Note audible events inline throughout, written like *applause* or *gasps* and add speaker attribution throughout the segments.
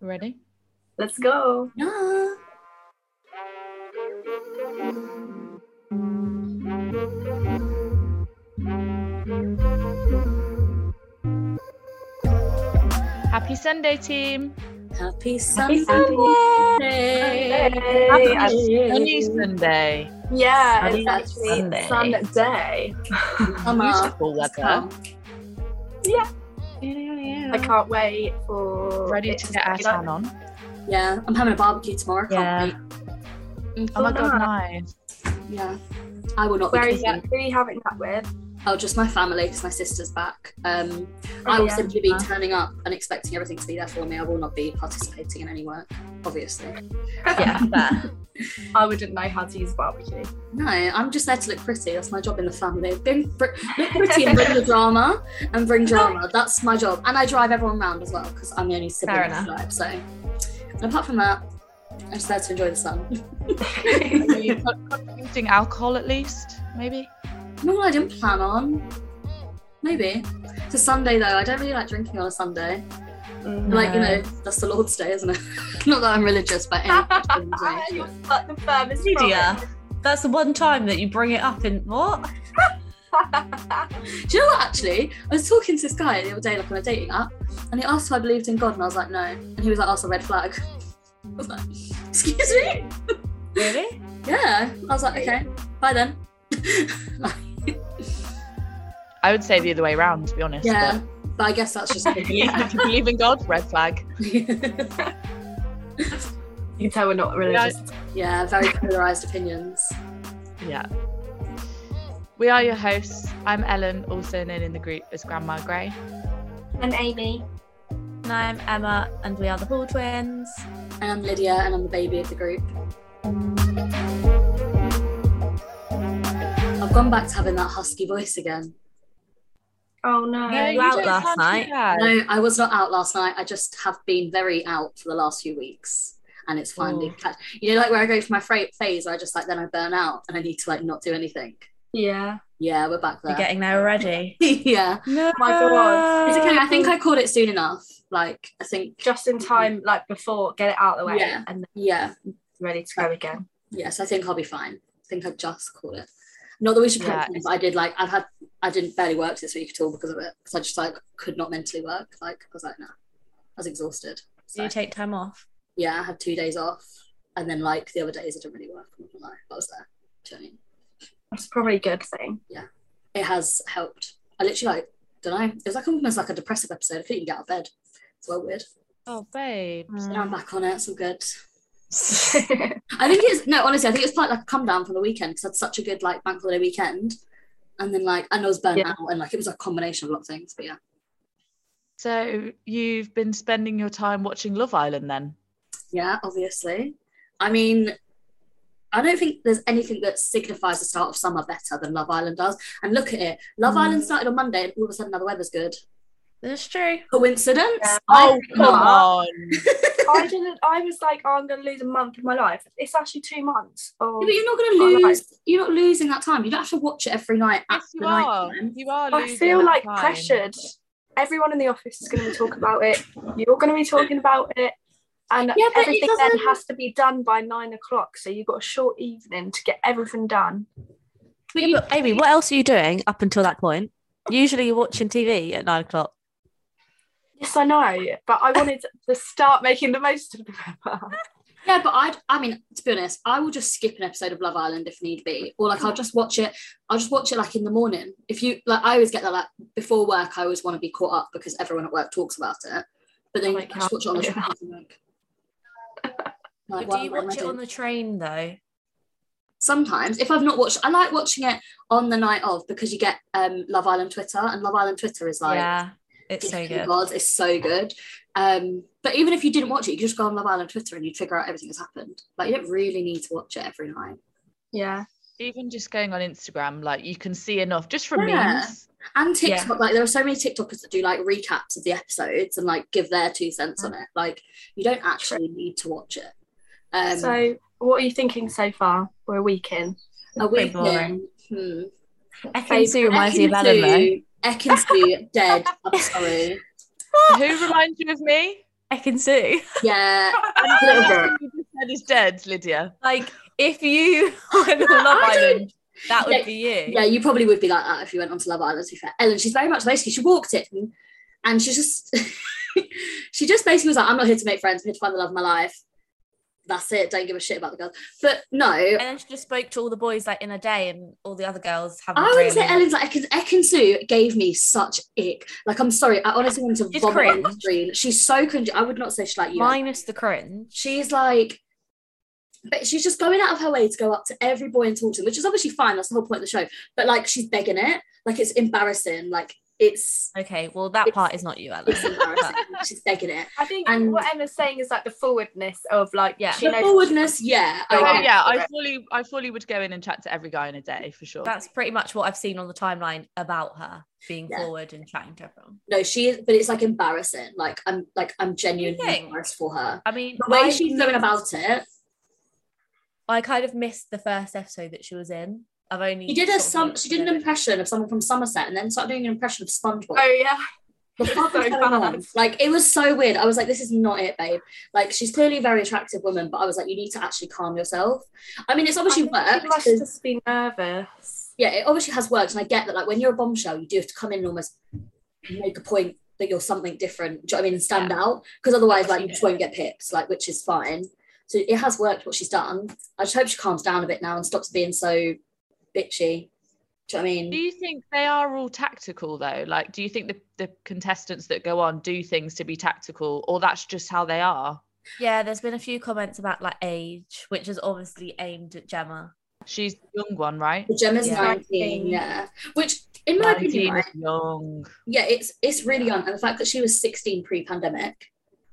Speaker 1: Ready?
Speaker 2: Let's go.
Speaker 3: Yeah.
Speaker 1: Happy Sunday, team.
Speaker 2: Happy
Speaker 3: Happy Sunday.
Speaker 2: Sunday.
Speaker 1: Happy Sunny Sunday.
Speaker 2: Yeah,
Speaker 1: Sunny
Speaker 2: it's actually
Speaker 1: Sunday.
Speaker 2: Sunday. *laughs*
Speaker 3: Come on.
Speaker 1: Beautiful weather.
Speaker 3: Come.
Speaker 2: I can't wait for
Speaker 1: Ready
Speaker 2: it
Speaker 1: to get our
Speaker 2: get up.
Speaker 1: tan on. Oh
Speaker 3: Yeah, I'm having a barbecue tomorrow. Can't wait.
Speaker 1: Oh my
Speaker 2: Oh,
Speaker 1: god,
Speaker 2: no.
Speaker 4: *laughs*
Speaker 1: nice.
Speaker 3: Yeah. I will not be
Speaker 2: Where is
Speaker 3: cooking.
Speaker 2: that? Who are you having that with?
Speaker 3: Oh, just my family because my sister's back. Um, I
Speaker 2: Oh,
Speaker 3: will
Speaker 2: yeah. Uh-huh.
Speaker 3: simply be
Speaker 1: Huh?
Speaker 3: turning up and expecting everything to be there for me. I will not be participating in any work, obviously.
Speaker 1: Yeah, fair.
Speaker 2: *laughs* I wouldn't know how to use barbecue.
Speaker 3: No, I'm just there to look pretty. That's my job in the family. Bring, br- look
Speaker 2: *laughs*
Speaker 3: pretty and bring the drama and bring drama. That's my job. And I drive everyone round as well because I'm the only sibling
Speaker 1: Fair
Speaker 3: to drive. So, and apart from that, I'm just there to enjoy the sun.
Speaker 1: Are you con- contributing alcohol at least, maybe?
Speaker 3: Not what I didn't plan on. Maybe. It's a Sunday though. I don't really like drinking on a Sunday. Like, you know, that's the Lord's Day, isn't it? *laughs* not that I'm religious, but um,
Speaker 2: *laughs* Ah,
Speaker 3: any.
Speaker 2: You're such the firmest
Speaker 4: Lydia, that's the one time that you bring it up in what?
Speaker 2: promise.
Speaker 3: Do you know what? Actually, I was talking to this guy the other day, like on a dating app, and he asked if I believed in God, and I was like, no. And he was like, "Oh, that's a red flag." *laughs* I was like, "Excuse me?"
Speaker 4: Really?
Speaker 3: Yeah. I was like, "Okay, bye then." *laughs*
Speaker 1: I would say the other way around, to be honest.
Speaker 3: yeah, but I guess that's just
Speaker 1: but- If you believe in God, red flag.
Speaker 2: *laughs* you can tell we're not religious.
Speaker 3: *laughs* yeah, very polarized opinions.
Speaker 1: Yeah. We are your hosts. I'm Ellen, also known in the group as Grandma Grey.
Speaker 2: And Amy.
Speaker 4: And I'm Emma, and we are the Hall Twins.
Speaker 3: And I'm Lydia, and I'm the baby of the group. I've gone back to having that husky voice again.
Speaker 2: Oh no.
Speaker 4: Yeah, you out
Speaker 1: don't
Speaker 4: last
Speaker 1: sound too
Speaker 4: night.
Speaker 1: bad.
Speaker 3: No, I was not out last night. I just have been very out for the last few weeks. And it's finally
Speaker 1: Ooh.
Speaker 3: catch. You know, like where I go for my fra- phase, I just like then I burn out and I need to like not do anything.
Speaker 2: Yeah. Oh
Speaker 3: Yeah, we're back
Speaker 4: You're
Speaker 3: there.
Speaker 4: getting there already.
Speaker 3: *laughs* yeah,
Speaker 4: No.
Speaker 2: My God.
Speaker 3: it's okay. I think I called it soon enough. Like I think,
Speaker 2: Just in time, like before, get it out of the way
Speaker 3: Yeah.
Speaker 2: and then
Speaker 3: yeah,
Speaker 2: ready to go again.
Speaker 3: yes, I think I'll be fine. I think I just called it. Not that we should put
Speaker 1: Yeah,
Speaker 3: it in, but I did like I've had I didn't barely work this week at all because of it because I just like could not mentally work. Like I was like, nah, I was exhausted.
Speaker 4: Do you take time off?
Speaker 3: yeah, I had two days off, and then like the other days I didn't really work. I'm not gonna lie, but I was there. Do you know what
Speaker 2: That's probably a good thing.
Speaker 3: I mean? It has helped. I literally like don't know. It was like almost like a depressive episode. I couldn't even get out of bed. It's well weird.
Speaker 1: Oh, babe.
Speaker 3: So
Speaker 4: Mm.
Speaker 3: now I'm back on it. It's all good.
Speaker 4: *laughs*
Speaker 2: yeah.
Speaker 3: I think it's no, honestly, I think it's part like a come down from the weekend because I had such a good like bank holiday weekend, and then like and I was burnt
Speaker 2: Yeah.
Speaker 3: out and like it was a combination of a lot of things. But yeah,
Speaker 1: So you've been spending your time watching Love Island then?
Speaker 3: yeah, obviously. I mean. I don't think there's anything that signifies the start of summer better than Love Island does. And look at
Speaker 1: Mm.
Speaker 3: it. Love Island started on Monday and all of a sudden now the weather's good.
Speaker 4: That's true.
Speaker 3: coincidence?
Speaker 2: Yeah.
Speaker 3: I think
Speaker 2: come
Speaker 3: not.
Speaker 1: on.
Speaker 2: I didn't I was like, oh, I'm gonna lose a month of my life. It's actually two months. Oh
Speaker 3: Yeah, but you're not going to
Speaker 2: Alright.
Speaker 3: lose. You're not losing that time. You don't have to watch it every night at
Speaker 1: yes,
Speaker 3: the
Speaker 1: you
Speaker 3: night
Speaker 1: are.
Speaker 3: time.
Speaker 1: You are.
Speaker 2: I
Speaker 1: losing
Speaker 2: feel
Speaker 1: that
Speaker 2: like
Speaker 1: time.
Speaker 2: pressured. Everyone in the office is going to talk about it. You're going to be talking about it, and
Speaker 3: Yeah, but it
Speaker 2: everything then
Speaker 3: doesn't-
Speaker 2: has to be done by nine o'clock. So you've got a short evening to get everything done.
Speaker 3: But you,
Speaker 4: But Amy, what else are you doing up until that point? Usually you're watching TV at nine o'clock.
Speaker 2: Yes, I know, but I wanted to start making the most of the weather.
Speaker 3: yeah, but I. I mean, to be honest, I will just skip an episode of Love Island if need be, or like I'll just watch it. I'll just watch it like in the morning. If you like, I always get that like before work. I always want to be caught up because everyone at work talks about it. But then
Speaker 2: Oh my
Speaker 3: I just watch it on the
Speaker 2: God.
Speaker 3: train. and, Like, like,
Speaker 4: *laughs* do
Speaker 3: why
Speaker 4: you
Speaker 3: am I
Speaker 4: watch it
Speaker 3: doing
Speaker 4: on the train though?
Speaker 3: sometimes if I've not watched, I like watching it on the night of because you get um Love Island Twitter and Love Island Twitter is like
Speaker 4: yeah, it's so
Speaker 3: Oh my
Speaker 4: good.
Speaker 3: God, it's so good. Um, but even if you didn't watch it, you could just go on Love Island Twitter and you'd figure out everything that's happened. Like you don't really need to watch it every night.
Speaker 2: Yeah,
Speaker 1: Even just going on Instagram, like you can see enough just from
Speaker 3: Yeah.
Speaker 1: memes.
Speaker 3: And
Speaker 4: Yeah.
Speaker 3: TikTok, like there are so many TikTokers that do like recaps of the episodes and like give their two cents on it. Like you don't actually need to watch it. Um,
Speaker 2: so what are you thinking so far? We're a week in.
Speaker 3: a
Speaker 4: pretty
Speaker 3: week
Speaker 4: boring.
Speaker 3: in, hmm.
Speaker 4: Ekinsu reminds me of Ellen though. *laughs*
Speaker 3: Ekinsu, Ekinsu, dead. I'm sorry.
Speaker 1: Who reminds you of me?
Speaker 4: can see.
Speaker 3: Yeah.
Speaker 5: A little bit.
Speaker 1: You just said he's dead, Lydia.
Speaker 4: Like if you *laughs* were on Love
Speaker 3: I don't-
Speaker 4: Island, that would
Speaker 3: Yeah,
Speaker 4: be you.
Speaker 3: Yeah, you probably would be like that if you went on to Love Island, to be fair. Ellen, she's very much basically, she walked in and she just, *laughs* she just basically was like, I'm not here to make friends, I'm here to find the love of my life. That's it, don't give a shit about the girls. But no,
Speaker 4: And then she just spoke to all the boys like in a day, and all the other girls haven't.
Speaker 3: I would say
Speaker 4: really-
Speaker 3: Ellen's like Ekin, Ekin Su gave me such ick. Like I'm sorry, I honestly want to
Speaker 4: She's
Speaker 3: vomit on the
Speaker 4: cringe.
Speaker 3: screen. She's so cringy. I would not say she's like you. Ellen.
Speaker 4: minus the cringe.
Speaker 3: She's like, but she's just going out of her way to go up to every boy and talk to him, which is obviously fine. That's the whole point of the show. But like she's begging it. Like it's embarrassing. Like it's
Speaker 4: Okay, well that
Speaker 3: It's-
Speaker 4: part is not you, Ellen.
Speaker 2: *laughs*
Speaker 3: it's embarrassing. she's begging it.
Speaker 2: I think
Speaker 3: And-
Speaker 2: what Emma's saying is like the forwardness of like
Speaker 4: Yeah.
Speaker 2: she
Speaker 3: The
Speaker 2: knows
Speaker 3: forwardness, yeah. I
Speaker 2: Oh,
Speaker 1: Oh
Speaker 3: get it.
Speaker 1: yeah, I
Speaker 2: okay.
Speaker 1: fully, I fully would go in and chat to every guy in a day for sure.
Speaker 4: That's pretty much what I've seen on the timeline about her being
Speaker 3: Yeah.
Speaker 4: forward and chatting to everyone.
Speaker 3: No, she is, but it's like embarrassing. Like I'm like I'm genuinely
Speaker 4: think?
Speaker 3: embarrassed for her.
Speaker 4: I mean,
Speaker 3: The way
Speaker 4: I,
Speaker 3: she's going about it.
Speaker 4: I kind of missed the first episode that she was in. I've only
Speaker 3: She did a
Speaker 4: sort of
Speaker 3: some.
Speaker 4: watched
Speaker 3: She did an
Speaker 4: it.
Speaker 3: impression of someone from Somerset, and then started doing an impression of SpongeBob.
Speaker 2: Oh yeah.
Speaker 3: The fuck was
Speaker 2: so
Speaker 3: going on?
Speaker 2: bad.
Speaker 3: Like it was so weird. I was like, this is not it, babe. Like she's clearly a very attractive woman, but I was like, you need to actually calm yourself. I mean, it's
Speaker 2: I
Speaker 3: obviously
Speaker 2: think
Speaker 3: worked.
Speaker 2: She must
Speaker 3: 'cause-
Speaker 2: just be nervous.
Speaker 3: yeah, it obviously has worked, and I get that. Like when you're a bombshell, you do have to come in and almost make a point that you're something different. Do you know what I mean? And stand out because otherwise, like you just won't get picked. Like which is fine. So it has worked what she's done. I just hope she calms down a bit now and stops being so bitchy. Do you know what I mean?
Speaker 1: Do you think they are all tactical though? Like, do you think the, the contestants that go on do things to be tactical, or that's just how they are?
Speaker 4: Yeah, there's been a few comments about like age, which is obviously aimed at Gemma.
Speaker 1: She's the young one, right?
Speaker 3: The Gemma's
Speaker 4: Yeah.
Speaker 3: 19, yeah. Which, in my opinion,
Speaker 1: Nineteen
Speaker 3: right,
Speaker 1: is young.
Speaker 3: yeah, it's it's really young. And the fact that she was 16 pre-pandemic,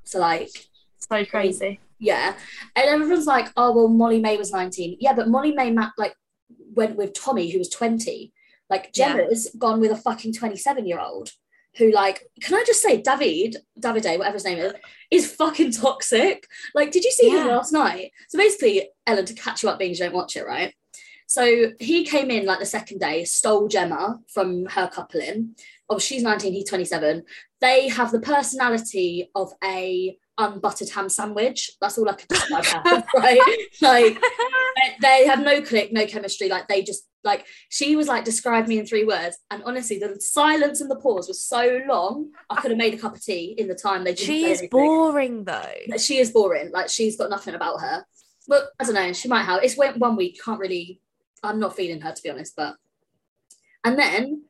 Speaker 3: so like,
Speaker 2: So crazy.
Speaker 3: yeah. And everyone's like, oh well, Molly May was 19. Yeah, but Molly May ma- like went with Tommy, who was 20. Like Gemma's gone with a fucking 27-year-old who like, can I just say David, Davide, whatever his name is, is fucking toxic. Like, did you see him
Speaker 4: Yeah.
Speaker 3: last night? So basically, Ellen, to catch you up being you don't watch it, right? So he came in like the second day, stole Gemma from her coupling. Oh, she's 19, he's 27. They have the personality of a unbuttered um, ham sandwich. That's all I could describe her, *laughs* right? Like they- they have no click, no chemistry. Like they just like she was like, describe me in three words. And honestly, the silence and the pause was so long, I could have made a cup of tea in the time they didn't say
Speaker 4: She is
Speaker 3: anything.
Speaker 4: boring though.
Speaker 3: Like, she is boring. Like she's got nothing about her. But I don't know. She might have. It's went one week. Can't really. I'm not feeling her to be honest. But and then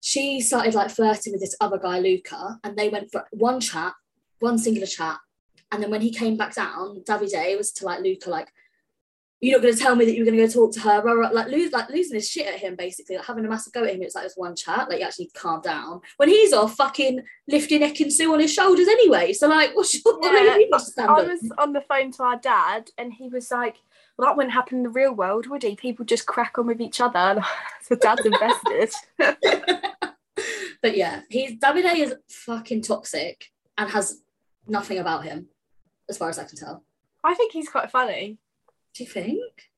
Speaker 3: she started like flirting with this other guy, Luca, and they went for one chat, one singular chat, and then when he came back down, Davide was to like Luca, like. You're not going to tell me that you were going to go talk to her, rah, rah, like, lose, like losing his shit at him, basically, like having a massive go at him. It's like this one chat, like you actually calm down. When he's off, fucking lifting Ekin Sue on his shoulders anyway. So like, what's your what
Speaker 2: Yeah,
Speaker 3: have *laughs* you got to stand
Speaker 2: I
Speaker 3: on?
Speaker 2: was on the phone to our dad and he was like, Well, that wouldn't happen in the real world, would he? People just crack on with each other. *laughs* so dad's *laughs* invested.
Speaker 3: But yeah, he's Davide is fucking toxic and has nothing about him, as far as I can tell.
Speaker 2: I think he's quite funny.
Speaker 3: Do you think?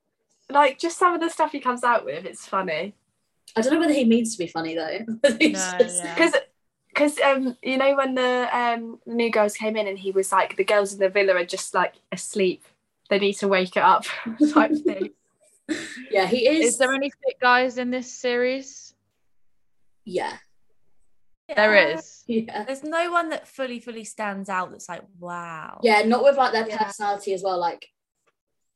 Speaker 2: Like just some of the stuff he comes out with, it's funny.
Speaker 3: I don't know whether he means to be funny though. *laughs* It's just-
Speaker 4: yeah.
Speaker 2: Because because um, you know when the um new girls came in and he was like the girls in the villa are just like asleep, they need to wake it up *laughs* type thing.
Speaker 3: yeah, he is.
Speaker 1: Is there any fit guys in this series?
Speaker 3: yeah, *laughs*
Speaker 1: There is.
Speaker 3: yeah,
Speaker 4: There's no one that fully, fully stands out that's like, wow.
Speaker 3: yeah. Not with like their
Speaker 4: Yeah.
Speaker 3: personality as well. Like,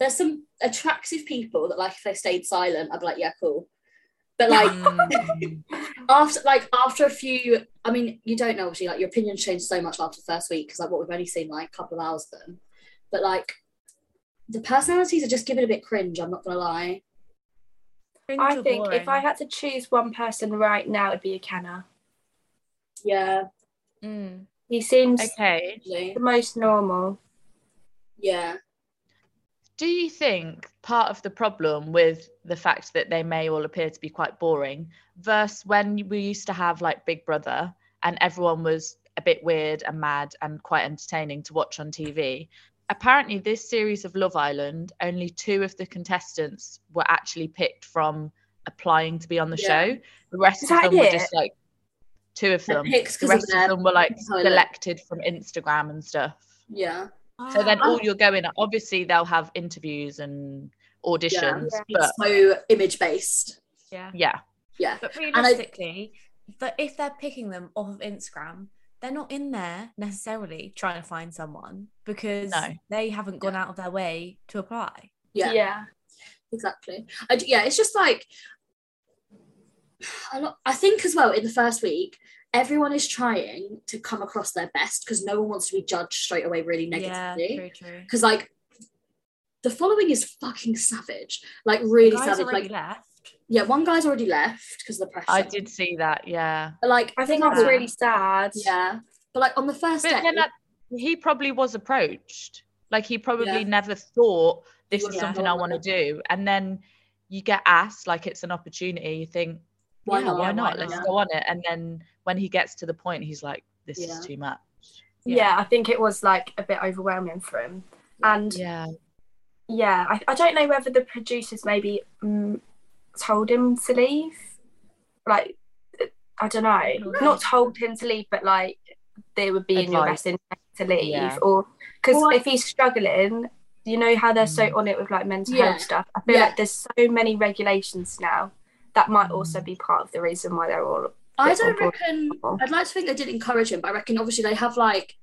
Speaker 3: there's some attractive people that like if they stayed silent, I'd be like, yeah, cool. But like *laughs*
Speaker 1: Mm.
Speaker 3: after like after a few, I mean, you don't know obviously. Like your opinion changed so much after the first week because like what we've only seen like a couple of hours of them, but like the personalities are just giving a bit cringe. I'm not gonna lie.
Speaker 4: Cringe
Speaker 2: I
Speaker 4: or
Speaker 2: think if
Speaker 4: boring?
Speaker 2: I had to choose one person right now, it'd be Akana.
Speaker 3: Yeah,
Speaker 4: Mm.
Speaker 2: He seems
Speaker 1: okay.
Speaker 3: actually.
Speaker 2: the most normal.
Speaker 3: yeah.
Speaker 1: Do you think part of the problem with the fact that they may all appear to be quite boring, versus when we used to have like Big Brother and everyone was a bit weird and mad and quite entertaining to watch on TV? Apparently, this series of Love Island, only two of the contestants were actually picked from applying to be on the
Speaker 3: Yeah.
Speaker 1: show. The rest
Speaker 2: Is
Speaker 1: of
Speaker 2: that
Speaker 1: them were
Speaker 2: it?
Speaker 1: just like, two of them.
Speaker 3: Hicks
Speaker 1: The
Speaker 3: 'cause
Speaker 1: rest
Speaker 3: of their-
Speaker 1: of them were like
Speaker 3: That's how I look.
Speaker 1: selected from Instagram and stuff.
Speaker 3: Yeah.
Speaker 1: So then
Speaker 3: Ah.
Speaker 4: Oh,
Speaker 1: all you're going, obviously they'll have interviews and auditions,
Speaker 5: Yeah.
Speaker 1: but
Speaker 3: so image based.
Speaker 4: Yeah.
Speaker 1: yeah,
Speaker 3: Yeah.
Speaker 4: But
Speaker 3: I-
Speaker 4: realistically, but if they're picking them off of Instagram, they're not in there necessarily trying to find someone because
Speaker 1: No.
Speaker 4: they haven't gone out of their way to apply.
Speaker 3: Yeah. exactly I, d- yeah it's just like a lot, i think as well in the first week everyone is trying to come across their best because no one wants to be judged straight away really negatively
Speaker 4: very true.
Speaker 3: because like the following is fucking savage like really
Speaker 4: Guys
Speaker 3: savage
Speaker 4: already
Speaker 3: like
Speaker 4: left.
Speaker 3: yeah one guy's already left because of the pressure
Speaker 1: I did see that. Yeah,
Speaker 3: but, like
Speaker 2: I think
Speaker 3: the
Speaker 2: that's
Speaker 3: first-
Speaker 2: really sad.
Speaker 3: yeah but like on the first
Speaker 1: but
Speaker 3: day
Speaker 1: then that, he probably was approached. Like he probably
Speaker 3: Yeah.
Speaker 1: never thought this is
Speaker 3: Yeah.
Speaker 1: something I want to do, and then you get asked like it's an opportunity. You think
Speaker 3: why
Speaker 1: yeah,
Speaker 3: not
Speaker 1: Why
Speaker 4: Yeah,
Speaker 1: not? Let's
Speaker 3: Yeah.
Speaker 1: go on it. And then when he gets to the point, he's like, this
Speaker 3: Yeah.
Speaker 1: is too much.
Speaker 2: yeah. I think it was like a bit overwhelming for him. And
Speaker 1: Yeah.
Speaker 2: yeah, I, I don't know whether the producers maybe mm told him to leave. Like, I don't know. Not told him to leave, but like they would be in your
Speaker 1: Advice.
Speaker 2: best interest to leave.
Speaker 1: Yeah.
Speaker 2: Or because
Speaker 3: Well, I-
Speaker 2: if he's struggling, you know how they're so
Speaker 1: Mm.
Speaker 2: on it with like mental
Speaker 3: Yeah.
Speaker 2: health stuff. I feel
Speaker 3: Yeah.
Speaker 2: like there's so many regulations now that might also be part of the reason why they're all.
Speaker 3: I
Speaker 2: Bit
Speaker 3: don't
Speaker 2: more
Speaker 3: reckon.
Speaker 2: vulnerable.
Speaker 3: I'd like to think they did encourage him, but I reckon obviously they have like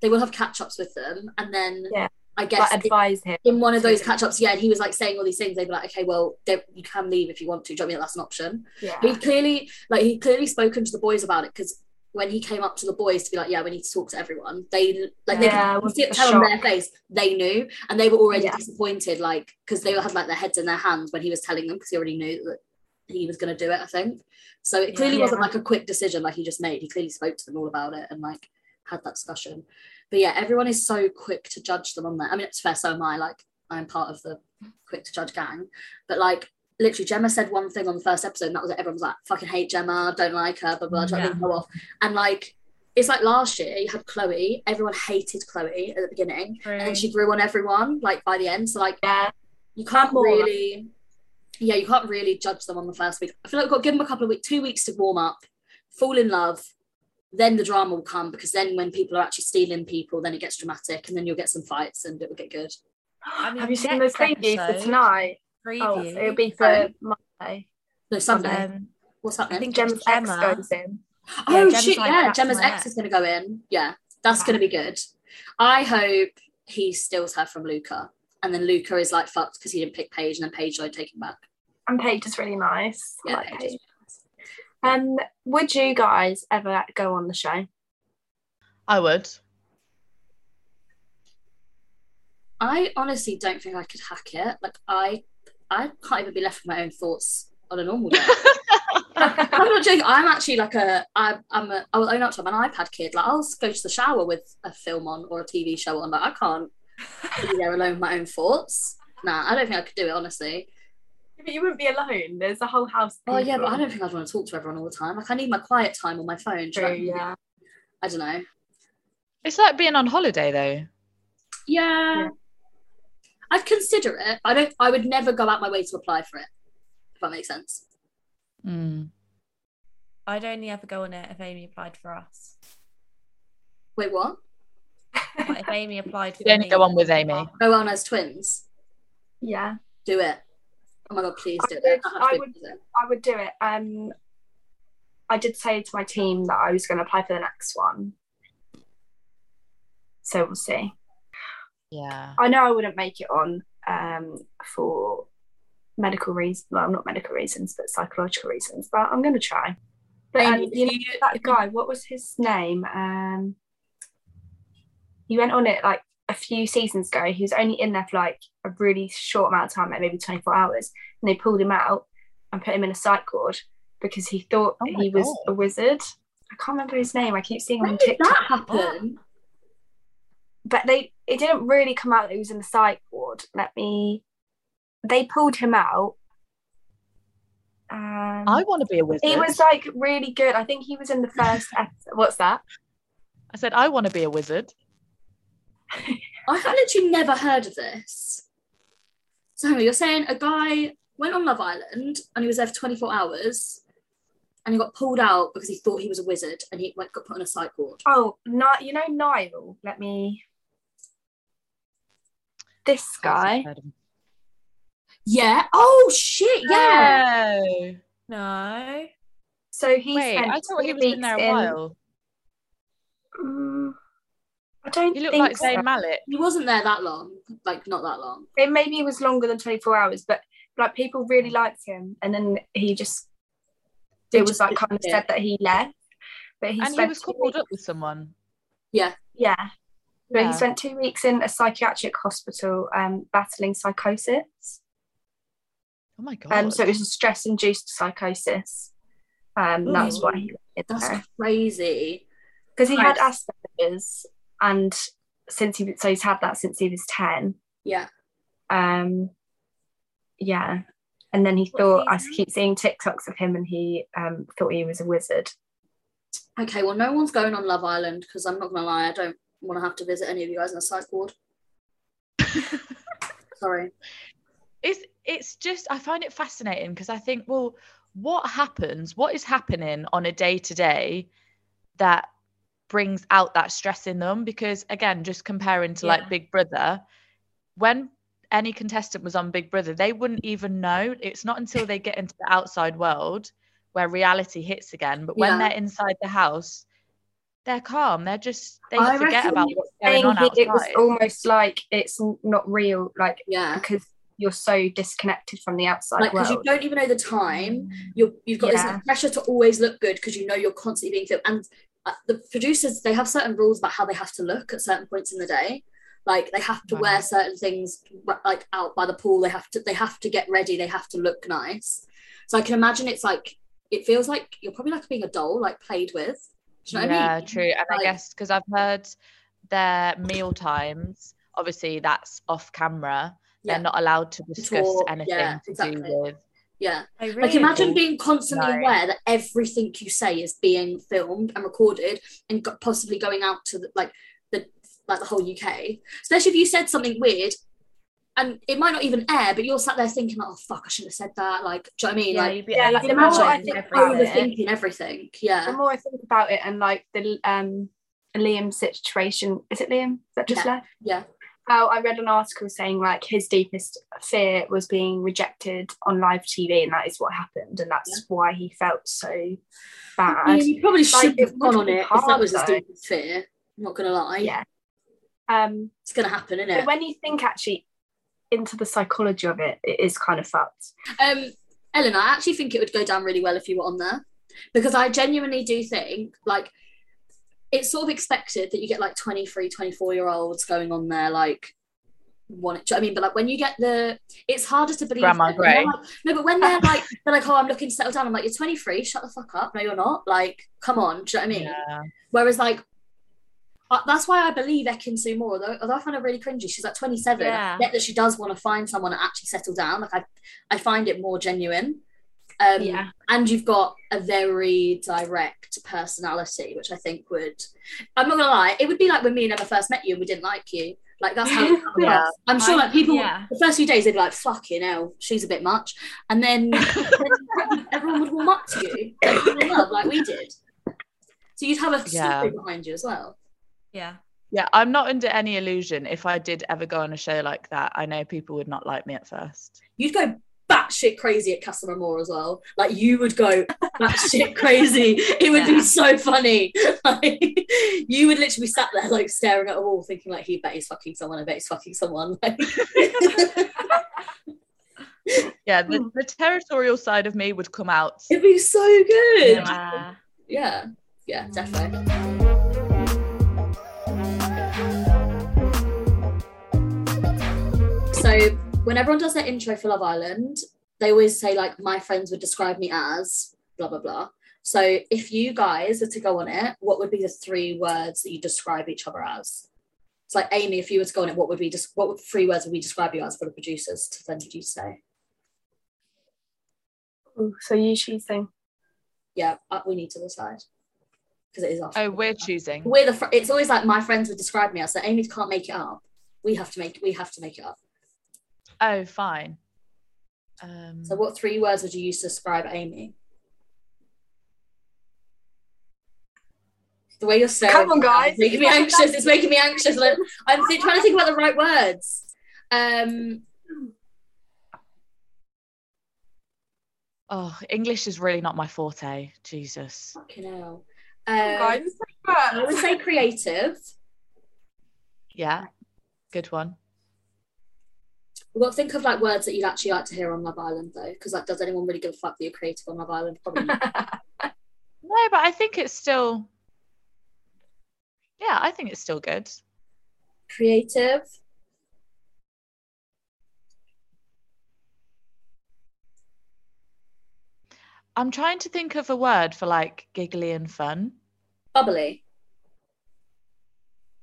Speaker 3: they will have catch ups with them, and then
Speaker 2: Yeah.
Speaker 3: I guess
Speaker 2: Like, advise him.
Speaker 3: in one of those catch ups, yeah, and he was like saying all these things. They'd be like, okay, well, there- you can leave if you want to. Do you know what I mean? That's an option.
Speaker 2: Yeah.
Speaker 3: He clearly like he clearly spoken to the boys about it because when he came up to the boys to be like, yeah, we need to talk to everyone. They like they
Speaker 2: Yeah,
Speaker 3: could- you
Speaker 2: was
Speaker 3: see it
Speaker 2: a
Speaker 3: tell on their
Speaker 2: shock.
Speaker 3: face they knew, and they were already
Speaker 2: Yeah.
Speaker 3: disappointed, like because they had like their heads in their hands when he was telling them because he already knew that he was going to do it. I think so. It clearly
Speaker 2: Yeah.
Speaker 3: wasn't like a quick decision like he just made. He clearly spoke to them all about it and like had that discussion. But yeah, everyone is so quick to judge them on that. I mean, it's fair. So am I. Like I'm part of the quick to judge gang, but like literally Gemma said one thing on the first episode and that was it. Everyone was like, fucking hate Gemma, don't like her, blah blah, blah yeah.
Speaker 4: Yeah.
Speaker 3: go off. And like it's like last year you had Chloe, everyone hated Chloe at the beginning. And then she grew on everyone, like by the end. So like
Speaker 2: Yeah.
Speaker 3: you can't
Speaker 2: More.
Speaker 3: really Yeah, you can't really judge them on the first week. I feel like we've got to give them a couple of weeks, two weeks to warm up, fall in love. Then the drama will come because then when people are actually stealing people, then it gets dramatic and then you'll get some fights and it will get good.
Speaker 4: I mean,
Speaker 2: Have you seen the
Speaker 4: next
Speaker 2: preview for
Speaker 4: episode-
Speaker 2: tonight? Oh,
Speaker 4: Preview.
Speaker 2: it'll be for
Speaker 3: Sorry.
Speaker 2: Monday.
Speaker 3: No, Sunday.
Speaker 4: Um,
Speaker 3: What's
Speaker 4: I
Speaker 3: happening?
Speaker 4: think
Speaker 2: Gemma's ex
Speaker 4: Gemma-
Speaker 2: goes in.
Speaker 3: Oh
Speaker 4: Yeah, Gemma's
Speaker 3: shit!
Speaker 4: like,
Speaker 3: yeah,
Speaker 4: "That's
Speaker 3: Gemma's
Speaker 4: my
Speaker 3: ex
Speaker 4: ex."
Speaker 3: is gonna go in. Yeah, that's gonna be good. I hope he steals her from Luca, and then Luca is like fucked because he didn't pick Paige, and then Paige won't take him back.
Speaker 2: And Paige is really nice. I
Speaker 3: Yeah,
Speaker 2: like
Speaker 3: Paige
Speaker 2: Paige.
Speaker 3: is-
Speaker 2: Um, would you guys ever go on the show?
Speaker 1: I would.
Speaker 3: I honestly don't think I could hack it. Like I, I can't even be left with my own thoughts on a normal
Speaker 4: *laughs*
Speaker 3: day. I'm not joking. I'm actually like a, I, I'm a, I will own up to. I'm an iPad kid. Like I'll go to the shower with a film on or a TV show on, but I can't be there alone with my own thoughts. Nah, I don't think I could do it honestly.
Speaker 2: But you wouldn't be alone. There's a whole house.
Speaker 3: Oh yeah, but I don't think I'd want to talk to everyone all the time. Like I need my quiet time on my phone. do you know
Speaker 2: True,
Speaker 3: what I mean?
Speaker 2: yeah.
Speaker 3: I don't know.
Speaker 1: It's like being on holiday though.
Speaker 3: Yeah. I'd consider it. I don't I would never go out my way to apply for it, if that makes sense.
Speaker 1: Mm.
Speaker 4: I'd only ever go on it if Amy applied for us.
Speaker 3: Wait, what?
Speaker 2: *laughs*
Speaker 4: Like, if Amy applied for
Speaker 1: You'd only
Speaker 4: me-
Speaker 1: go on with Amy.
Speaker 3: Go on as twins.
Speaker 2: Yeah.
Speaker 3: Do it. Oh my god, please
Speaker 2: I
Speaker 3: do it.
Speaker 2: would-
Speaker 3: have to
Speaker 2: I
Speaker 3: be
Speaker 2: would-
Speaker 3: present.
Speaker 2: I would do it. Um, I did say to my team that I was going to apply for the next one. So we'll see.
Speaker 1: Yeah.
Speaker 2: I know I wouldn't make it on um, for medical reasons. Well, not medical reasons, but psychological reasons. But I'm going to try. But um,
Speaker 3: Amy,
Speaker 2: you know
Speaker 3: if you-
Speaker 2: that guy. What was his name? Um, he went on it like a few seasons ago. He was only in there for like a really short amount of time, like maybe 24 hours, and they pulled him out and put him in a psych ward because he thought
Speaker 1: Oh my
Speaker 2: he was
Speaker 1: God.
Speaker 2: a wizard. I can't remember his name. I keep seeing him
Speaker 3: When
Speaker 2: on
Speaker 3: did
Speaker 2: TikTok
Speaker 3: that happen?
Speaker 2: but they it didn't really come out that he was in the psych ward. Let me they pulled him out. Um,
Speaker 1: I want to be a wizard.
Speaker 2: he was like really good. I think he was in
Speaker 1: *laughs*
Speaker 2: the first episode. What's that?
Speaker 1: I said, I want to be a wizard.
Speaker 3: I have literally never heard of this. So hang on, you're saying a guy went on Love Island and he was there for 24 hours and he got pulled out because he thought he was a wizard and he like, got put on a psych ward.
Speaker 2: Oh, no, you know Niall. Let me. This guy.
Speaker 3: Yeah. Oh shit. Yeah.
Speaker 1: Yeah.
Speaker 4: No.
Speaker 2: So he
Speaker 1: Wait,
Speaker 2: spent
Speaker 1: I thought he
Speaker 2: two
Speaker 1: was in
Speaker 2: weeks
Speaker 1: there a while.
Speaker 2: Mm, I don't
Speaker 1: He looked
Speaker 2: think
Speaker 1: like
Speaker 2: so.
Speaker 1: Zayn Malik.
Speaker 3: He wasn't there that long. Like not that long.
Speaker 2: It maybe it was longer than 24 hours, but like people really liked him, and then he just
Speaker 3: They
Speaker 2: it was
Speaker 3: just
Speaker 2: like kind of said
Speaker 3: disappeared.
Speaker 2: that he left, but he
Speaker 1: and he
Speaker 2: spent
Speaker 1: was
Speaker 2: two
Speaker 1: coupled
Speaker 2: weeks-
Speaker 1: up with someone.
Speaker 2: yeah. But
Speaker 1: Yeah.
Speaker 2: he spent two weeks in a psychiatric hospital um, battling psychosis.
Speaker 1: Oh my god.
Speaker 2: Um, so it was a stress induced psychosis. Um, that's why he went in
Speaker 3: That's
Speaker 2: there.
Speaker 3: crazy.
Speaker 2: Because he had
Speaker 3: Christ.
Speaker 2: Asperger's, and since he so he's had that since he was 10.
Speaker 3: Yeah.
Speaker 2: um yeah and then he
Speaker 3: What's
Speaker 2: thought i
Speaker 3: his name?
Speaker 2: keep seeing tiktoks of him and he um thought he was a wizard
Speaker 3: Okay. Well, no one's going on Love Island because I'm not gonna lie, I don't want to have to visit any of you guys in a psych *laughs* ward. Sorry.
Speaker 1: it's it's just I find it fascinating because I think, well, what happens? What is happening on a day to day that brings out that stress in them? Because again, just comparing to
Speaker 4: Yeah.
Speaker 1: like Big Brother, when any contestant was on Big Brother, they wouldn't even know. It's not until they get into the outside world where reality hits again. But when
Speaker 3: Yeah.
Speaker 1: they're inside the house, they're calm. They're just they
Speaker 3: I
Speaker 1: forget
Speaker 3: reckon
Speaker 1: about what's going on
Speaker 2: Saying
Speaker 1: outside.
Speaker 2: he- it was almost like it's n- not real like
Speaker 3: Yeah.
Speaker 2: because you're so disconnected from the outside
Speaker 3: Like because
Speaker 2: world
Speaker 3: you don't even know the time. You're, you've got this
Speaker 2: Yeah.
Speaker 3: like, pressure to always look good because you know you're constantly being filmed. And uh, the producers they have certain rules about how they have to look at certain points in the day. Like they have to wear
Speaker 1: Right.
Speaker 3: certain things r- like out by the pool. They have to they have to get ready. They have to look nice. So I can imagine it's like it feels like you're probably like being a doll like played with. Do you know what I
Speaker 1: yeah,
Speaker 3: mean?
Speaker 1: true. And
Speaker 3: Like-
Speaker 1: I guess because I've heard their meal times, obviously that's off camera.
Speaker 3: Yeah.
Speaker 1: They're not allowed to discuss
Speaker 3: talk,
Speaker 1: anything
Speaker 3: yeah,
Speaker 1: to
Speaker 3: exactly.
Speaker 1: do with.
Speaker 3: Yeah.
Speaker 4: I really
Speaker 3: Like imagine being constantly
Speaker 1: No.
Speaker 3: aware that everything you say is being filmed and recorded and go- possibly going out to the, like the like the whole UK. Especially if you said something weird and it might not even air, but you're sat there thinking, oh fuck, I shouldn't have said that. Like, do you know what I mean?
Speaker 4: Yeah,
Speaker 3: like
Speaker 4: you'd be
Speaker 2: Yeah,
Speaker 4: like,
Speaker 2: you
Speaker 4: "Oh,
Speaker 2: know what, I
Speaker 4: I'm
Speaker 2: think
Speaker 4: everywhere."
Speaker 2: about it.
Speaker 3: overthinking everything.
Speaker 2: the
Speaker 3: Yeah.
Speaker 2: more i think about it and like the um liam situation is it liam that just
Speaker 3: Yeah.
Speaker 2: left
Speaker 3: Yeah.
Speaker 2: how i read an article saying like his deepest fear was being rejected on live tv and that is what happened and that's why he felt so bad
Speaker 3: I mean, you probably
Speaker 2: it
Speaker 3: should have gone
Speaker 2: would
Speaker 3: on
Speaker 2: be
Speaker 3: it if that
Speaker 2: hard,
Speaker 3: was his
Speaker 2: though.
Speaker 3: deepest fear. I'm not gonna lie.
Speaker 2: Yeah. um
Speaker 3: It's gonna happen, isn't
Speaker 2: but
Speaker 3: it?
Speaker 2: when you think actually into the psychology of it it is kind of fucked
Speaker 3: Um, Eleanor, I actually think it would go down really well if you were on there because I genuinely do think like it's sort of expected that you get like 23, 24 year olds going on there like want it. do you know what I mean, but like when you get the, it's harder to believe.
Speaker 1: Grandma
Speaker 3: them. When they're
Speaker 1: Grey.
Speaker 3: like- no, but when they're like, they're like, oh, I'm looking to settle down. I'm like, you're 23. Shut the fuck up. No, you're not. Like, come on. Do you know what I mean?
Speaker 1: Yeah.
Speaker 3: Whereas like. I that's why I believe Ekinsu more, although, although I find her really cringy. She's like 27.
Speaker 4: Yeah.
Speaker 3: I get that she does want to find someone and actually settle down. Like I, I find it more genuine. Um,
Speaker 2: yeah
Speaker 3: and you've got a very direct personality, which I think would, I'm not gonna lie, it would be like when me and Emma first met you and we didn't like you. Like that's how it happened.
Speaker 1: Yeah.
Speaker 3: I'm sure like people,
Speaker 4: Yeah.
Speaker 3: the first few days they'd be like, fucking hell, she's a bit much. And then everyone would warm up to you, like, fall in love, like we did. So you'd have a
Speaker 1: Yeah.
Speaker 3: story behind you as well.
Speaker 4: Yeah.
Speaker 1: Yeah, I'm not under any illusion. If I did ever go on a show like that, I know people would not like me at first.
Speaker 3: You'd go batshit crazy at Castle Moore as well. Like you would go batshit crazy. It would be
Speaker 4: Yeah.
Speaker 3: so funny. *laughs* Like, you would literally be sat there like staring at a wall, thinking like, "He bet he's fucking someone. I bet he's fucking someone." *laughs* Like, it'd
Speaker 1: Yeah,
Speaker 3: Hmm.
Speaker 1: the, the territorial side of me would come out.
Speaker 3: be so good. Yeah,
Speaker 4: Yeah.
Speaker 3: yeah, definitely. So when everyone does their intro for Love Island, they always say like my friends would describe me as blah blah blah. So if you guys were to go on it, what would be the three words that you describe each other as? It's like Amy, if you were to go on it, what would we just what would three words would we describe you as for the producers to then you say?
Speaker 2: Ooh, so you choose thing
Speaker 3: Yeah, uh, we need to decide because it is our.
Speaker 1: Oh, we're choosing.
Speaker 3: We're the. Fr- it's always like my friends would describe me as. So Amy can't make it up. We have to make. We have to make it up.
Speaker 1: Oh, fine. Um,
Speaker 3: So what three words would you use to describe Amy? The way you're saying
Speaker 2: Come on,
Speaker 3: it now is
Speaker 2: guys.
Speaker 3: making me anxious. It's making me anxious. Like, I'm thi- trying to think about the right words. Um,
Speaker 1: Oh, English is really not my forte. Jesus.
Speaker 3: fucking hell.
Speaker 2: Guys,
Speaker 3: Um, I would
Speaker 2: but-
Speaker 3: say creative.
Speaker 1: Yeah. Good one.
Speaker 3: We've got to think of like words that you'd actually like to hear on Love Island though, because like, does anyone really give a fuck that you're creative on Love Island? Probably not.
Speaker 1: No, but I think it's still. Yeah, I think it's still good.
Speaker 3: creative.
Speaker 1: I'm trying to think of a word for like giggly and fun.
Speaker 3: Bubbly.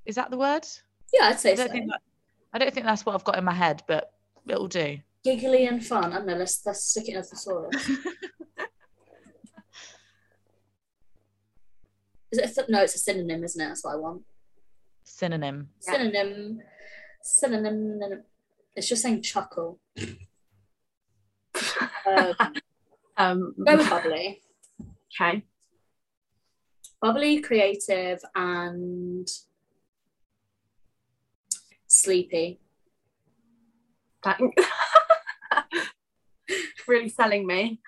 Speaker 1: Is that the word?
Speaker 3: Yeah, I'd
Speaker 1: I
Speaker 3: say so.
Speaker 1: don't, think that- I don't think that's what I've got in my head, but it'll do.
Speaker 3: Giggly and fun. I don't know. Let's let's stick it in a thesaurus. Is it a th- no? It's a synonym, isn't it? That's what I want.
Speaker 1: Synonym.
Speaker 2: Yeah.
Speaker 3: Synonym. Synonym. synonym. It's just saying chuckle. um,
Speaker 2: um,
Speaker 3: go with bubbly.
Speaker 2: okay.
Speaker 3: Bubbly, creative, and sleepy.
Speaker 2: Thank- *laughs* really selling *laughs* me.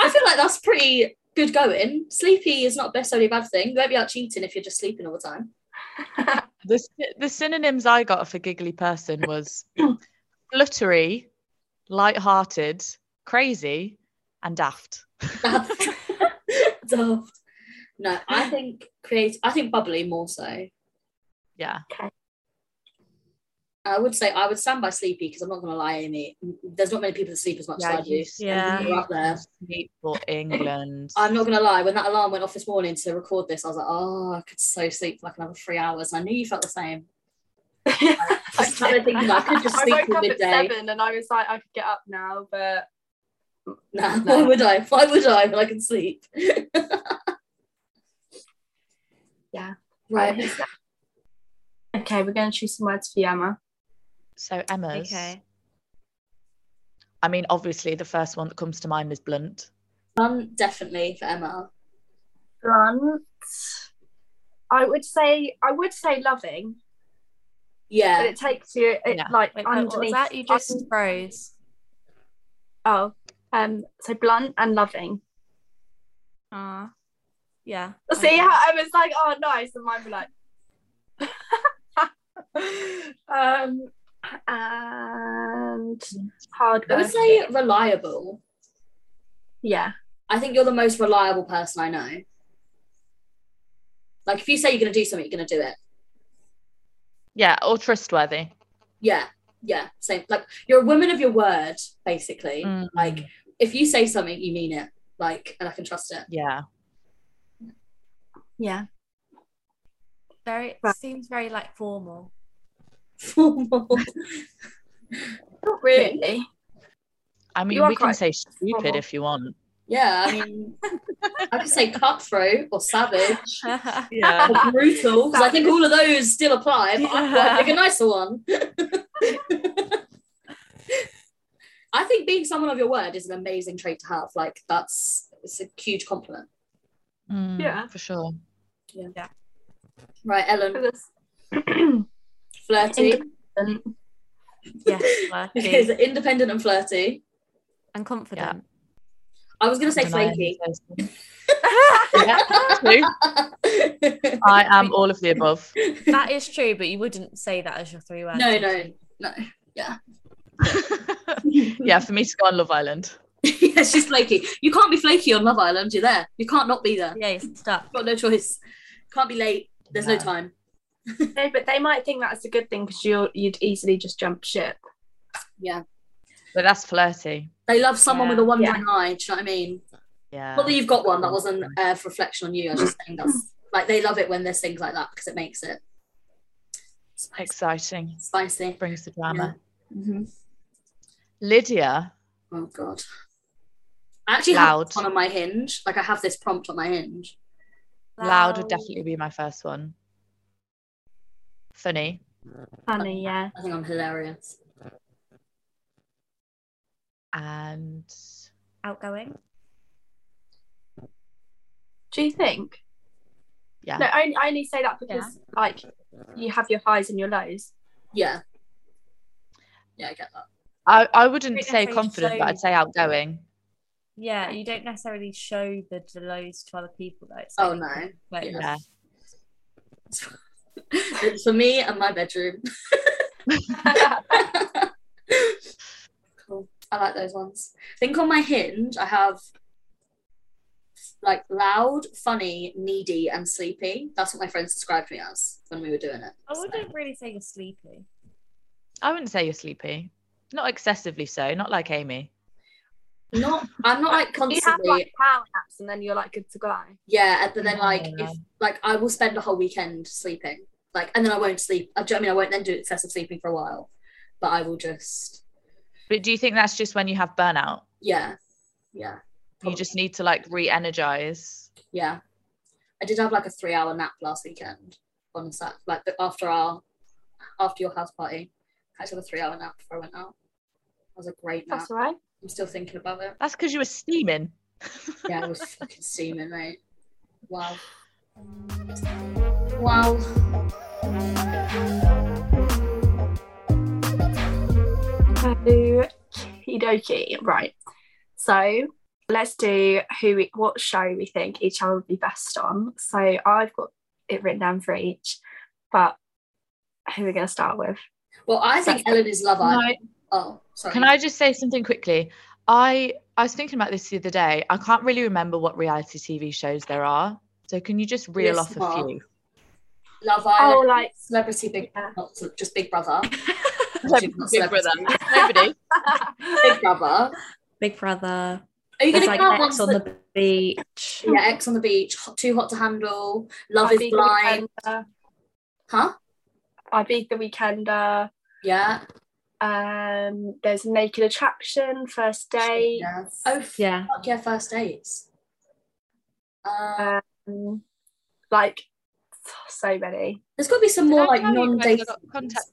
Speaker 3: I feel like that's pretty good going. Sleepy is not necessarily a bad thing. You won't be out cheating if you're just sleeping all the time.
Speaker 1: The, sy- the synonyms I got for giggly person was fluttery, light-hearted, crazy, and daft.
Speaker 3: Daft. Daft. No, I think create. I think bubbly more so.
Speaker 1: Yeah.
Speaker 3: I would say I would stand by sleepy because I'm not going to lie, Amy. There's not many people that sleep as much as I do.
Speaker 1: you
Speaker 6: Yeah.
Speaker 1: sleep
Speaker 3: You're up there.
Speaker 1: sleep for England.
Speaker 3: I'm not going to lie. When that alarm went off this morning to record this, I was like, oh, I could so sleep for like another three hours. And I knew you felt the same. *laughs* I just started thinking I could just
Speaker 2: I
Speaker 3: sleep
Speaker 2: woke
Speaker 3: till
Speaker 2: up at
Speaker 3: midday.
Speaker 2: seven and I was like, I could get up now, but
Speaker 3: Nah,
Speaker 2: No.
Speaker 3: why would I? Why would I when I can sleep? *laughs*
Speaker 2: Yeah.
Speaker 3: Right.
Speaker 2: okay, we're going to choose some words for you, Emma.
Speaker 1: So Emma's.
Speaker 6: Okay.
Speaker 1: I mean, obviously, the first one that comes to mind is blunt.
Speaker 3: Fun, definitely for Emma.
Speaker 2: Blunt. I would say, I would say loving, but
Speaker 3: Yeah.
Speaker 2: it takes you it,
Speaker 1: Yeah.
Speaker 2: like
Speaker 4: Wait, no,
Speaker 2: underneath.
Speaker 4: what was that? You just
Speaker 2: un-
Speaker 4: froze.
Speaker 2: oh, um, so blunt and loving.
Speaker 4: Ah, Oh, yeah.
Speaker 2: See
Speaker 4: okay.
Speaker 2: how Emma's like, oh, nice, and mine were like. *laughs* um, and hard
Speaker 3: I would
Speaker 2: work.
Speaker 3: say reliable.
Speaker 2: Yeah,
Speaker 3: I think you're the most reliable person I know. Like if you say you're going to do something, you're going to do it.
Speaker 1: Yeah, or trustworthy.
Speaker 3: Yeah. Yeah. Same. Like you're a woman of your word, basically.
Speaker 1: Mm.
Speaker 3: Like if you say something, you mean it. Like, and I can trust it. *laughs*
Speaker 1: Yeah.
Speaker 2: yeah.
Speaker 4: Very
Speaker 2: Right.
Speaker 4: seems very like formal.
Speaker 3: Formal.
Speaker 2: Not really.
Speaker 1: I mean,
Speaker 2: are
Speaker 1: we can
Speaker 2: quite
Speaker 1: say stupid
Speaker 2: formal.
Speaker 1: if you want.
Speaker 3: Yeah. I mean, I could say cutthroat or savage.
Speaker 1: Yeah. *laughs*
Speaker 3: or brutal because I think all of those still apply. But I've got to pick a nicer one. *laughs* I think being someone of your word is an amazing trait to have. Like that's it's a huge compliment.
Speaker 2: Yeah.
Speaker 1: Mm, For sure.
Speaker 3: Right, Ellen, flirty.
Speaker 2: Independent.
Speaker 6: yes, flirty
Speaker 3: Okay, so *laughs* independent and flirty.
Speaker 6: and confident.
Speaker 3: I was gonna say flaky.
Speaker 1: Yeah, true.
Speaker 3: *laughs*
Speaker 1: I am all of the above. *laughs*
Speaker 4: that is true, but you wouldn't say that as your three words.
Speaker 3: no,
Speaker 4: would
Speaker 3: no, *laughs*
Speaker 4: you?
Speaker 3: no.
Speaker 1: yeah, for me to go on Love Island.
Speaker 3: yeah, she's flaky. You can't be flaky on Love Island. You're there. You can't not be there.
Speaker 6: Yeah, you're stuck.
Speaker 3: Got no choice. Can't be late. There's no
Speaker 1: No.
Speaker 3: time.
Speaker 2: no, but they might think that's a good thing because you you'd easily just jump ship.
Speaker 3: Yeah.
Speaker 1: But that's flirty.
Speaker 3: They love someone
Speaker 6: Yeah.
Speaker 3: with a wandering
Speaker 2: Yeah.
Speaker 3: eye. Do you know what I mean?
Speaker 1: Yeah.
Speaker 3: Not that you've got one. That wasn't a reflection on you. I was just saying that's like they love it when there's things like that because it makes it spicy.
Speaker 1: Exciting.
Speaker 3: spicy.
Speaker 1: Brings the drama.
Speaker 3: Mhm.
Speaker 1: Lydia.
Speaker 3: Oh god. I actually
Speaker 1: Loud.
Speaker 3: have this one on my hinge. Like I have this prompt on my hinge.
Speaker 1: Loud would definitely be my first one. Funny.
Speaker 2: Funny, yeah.
Speaker 3: I think I'm hilarious.
Speaker 1: And
Speaker 4: outgoing.
Speaker 2: Do you think?
Speaker 1: Yeah.
Speaker 2: No, I, I only say that because like you have your highs and your
Speaker 4: *laughs*
Speaker 2: lows.
Speaker 3: Yeah. Yeah, I get that.
Speaker 1: I, I wouldn't
Speaker 4: Don't
Speaker 1: say
Speaker 4: necessarily
Speaker 1: confident, but
Speaker 4: show-
Speaker 1: I'd say outgoing.
Speaker 4: Yeah, you don't necessarily show the lows to other people though. It's
Speaker 3: Oh,
Speaker 4: like-
Speaker 3: no.
Speaker 4: like,
Speaker 3: Yeah.
Speaker 1: Yeah.
Speaker 3: it's *laughs* for me and my bedroom. *laughs* cool. I like those ones. I think on my hinge, I have like loud, funny, needy, and sleepy. That's what my friends described me as when we were doing it.
Speaker 4: I
Speaker 3: So,
Speaker 4: wouldn't really say you're sleepy.
Speaker 1: I wouldn't say you're sleepy. Not excessively so, not like Amy.
Speaker 3: not, I'm not like
Speaker 2: You have
Speaker 3: constantly.
Speaker 2: like power naps and then you're like good to go.
Speaker 3: yeah, and then like
Speaker 1: Yeah.
Speaker 3: if like I will spend a whole weekend sleeping, like, and then I won't sleep. I do you know what I mean I won't then do excessive sleeping for a while, but I will just
Speaker 1: But do you think that's just when you have burnout?
Speaker 3: yeah, yeah.
Speaker 1: You just need to like re energize.
Speaker 3: yeah i did have like a three hour nap last weekend on sat like the- after our after your house party i took a three hour nap before i went out that was a great nap
Speaker 2: That's all right.
Speaker 3: i'm still thinking about it
Speaker 1: That's because you were steaming.
Speaker 3: yeah i was fucking steaming mate wow wow
Speaker 2: Okie dokie. Right. So let's do who we, what show we think each other would be best on. So I've got it written down for each, but who are we going to start with?
Speaker 3: well i think ellen is love
Speaker 1: Can
Speaker 3: island
Speaker 1: I,
Speaker 3: oh sorry
Speaker 1: can I just say something quickly? I I was thinking about this the other day. I can't really remember what reality TV shows there are. So can you just reel
Speaker 3: Yes,
Speaker 1: off a
Speaker 3: ma'am.
Speaker 1: few?
Speaker 3: love island
Speaker 2: Oh, *laughs* like-
Speaker 3: celebrity big
Speaker 2: Yeah.
Speaker 3: not Ce- just big brother
Speaker 1: *laughs* Big
Speaker 3: Not
Speaker 1: Big
Speaker 3: Celebrity.
Speaker 1: Brother.
Speaker 3: *laughs*
Speaker 1: Nobody.
Speaker 3: big brother
Speaker 6: Big Brother.
Speaker 3: are you
Speaker 6: There's
Speaker 3: gonna
Speaker 6: like
Speaker 3: count
Speaker 6: X
Speaker 3: ones
Speaker 6: on
Speaker 3: that-
Speaker 6: the beach.
Speaker 3: yeah X on the beach Hot- too hot to handle love
Speaker 2: I
Speaker 3: is
Speaker 2: Beat
Speaker 3: blind
Speaker 2: The Weekender,
Speaker 3: huh
Speaker 2: I beat the weekender.
Speaker 3: Yeah.
Speaker 2: Um, there's naked attraction, first date.
Speaker 3: Yeah. Oh, yeah.
Speaker 6: Yeah.
Speaker 3: Fuck yeah, first dates. Uh,
Speaker 2: Um, like so
Speaker 3: *gasps*
Speaker 2: many.
Speaker 3: there's got to be some
Speaker 1: Did
Speaker 3: more
Speaker 1: I
Speaker 3: like
Speaker 1: tell you guys
Speaker 3: non-dating.
Speaker 1: I got contact-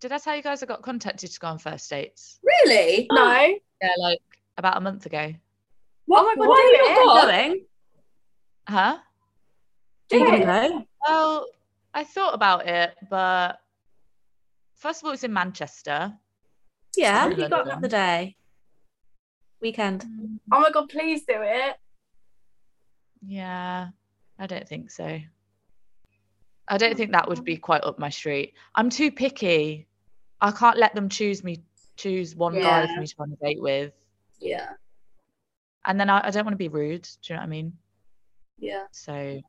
Speaker 1: Did I tell you guys I got contacted to go on first dates?
Speaker 3: Really?
Speaker 2: No.
Speaker 1: Yeah, like about a month ago.
Speaker 2: What?
Speaker 3: Why are you not going?
Speaker 6: going?
Speaker 1: Huh?
Speaker 6: You
Speaker 2: Yeah.
Speaker 6: can go.
Speaker 1: Well, I thought about it, but first of all, it's in Manchester.
Speaker 6: Yeah.
Speaker 1: Something
Speaker 6: You
Speaker 1: like
Speaker 6: got
Speaker 1: that.
Speaker 6: another day. Weekend.
Speaker 2: Oh my god! Please do it.
Speaker 1: Yeah, I don't think so. I don't think that would be quite up my street. I'm too picky. I can't let them choose me, choose one guy
Speaker 3: Yeah.
Speaker 1: for me to go on a date with.
Speaker 3: Yeah.
Speaker 1: And then I, I don't want to be rude. Do you know what I mean?
Speaker 3: Yeah.
Speaker 1: So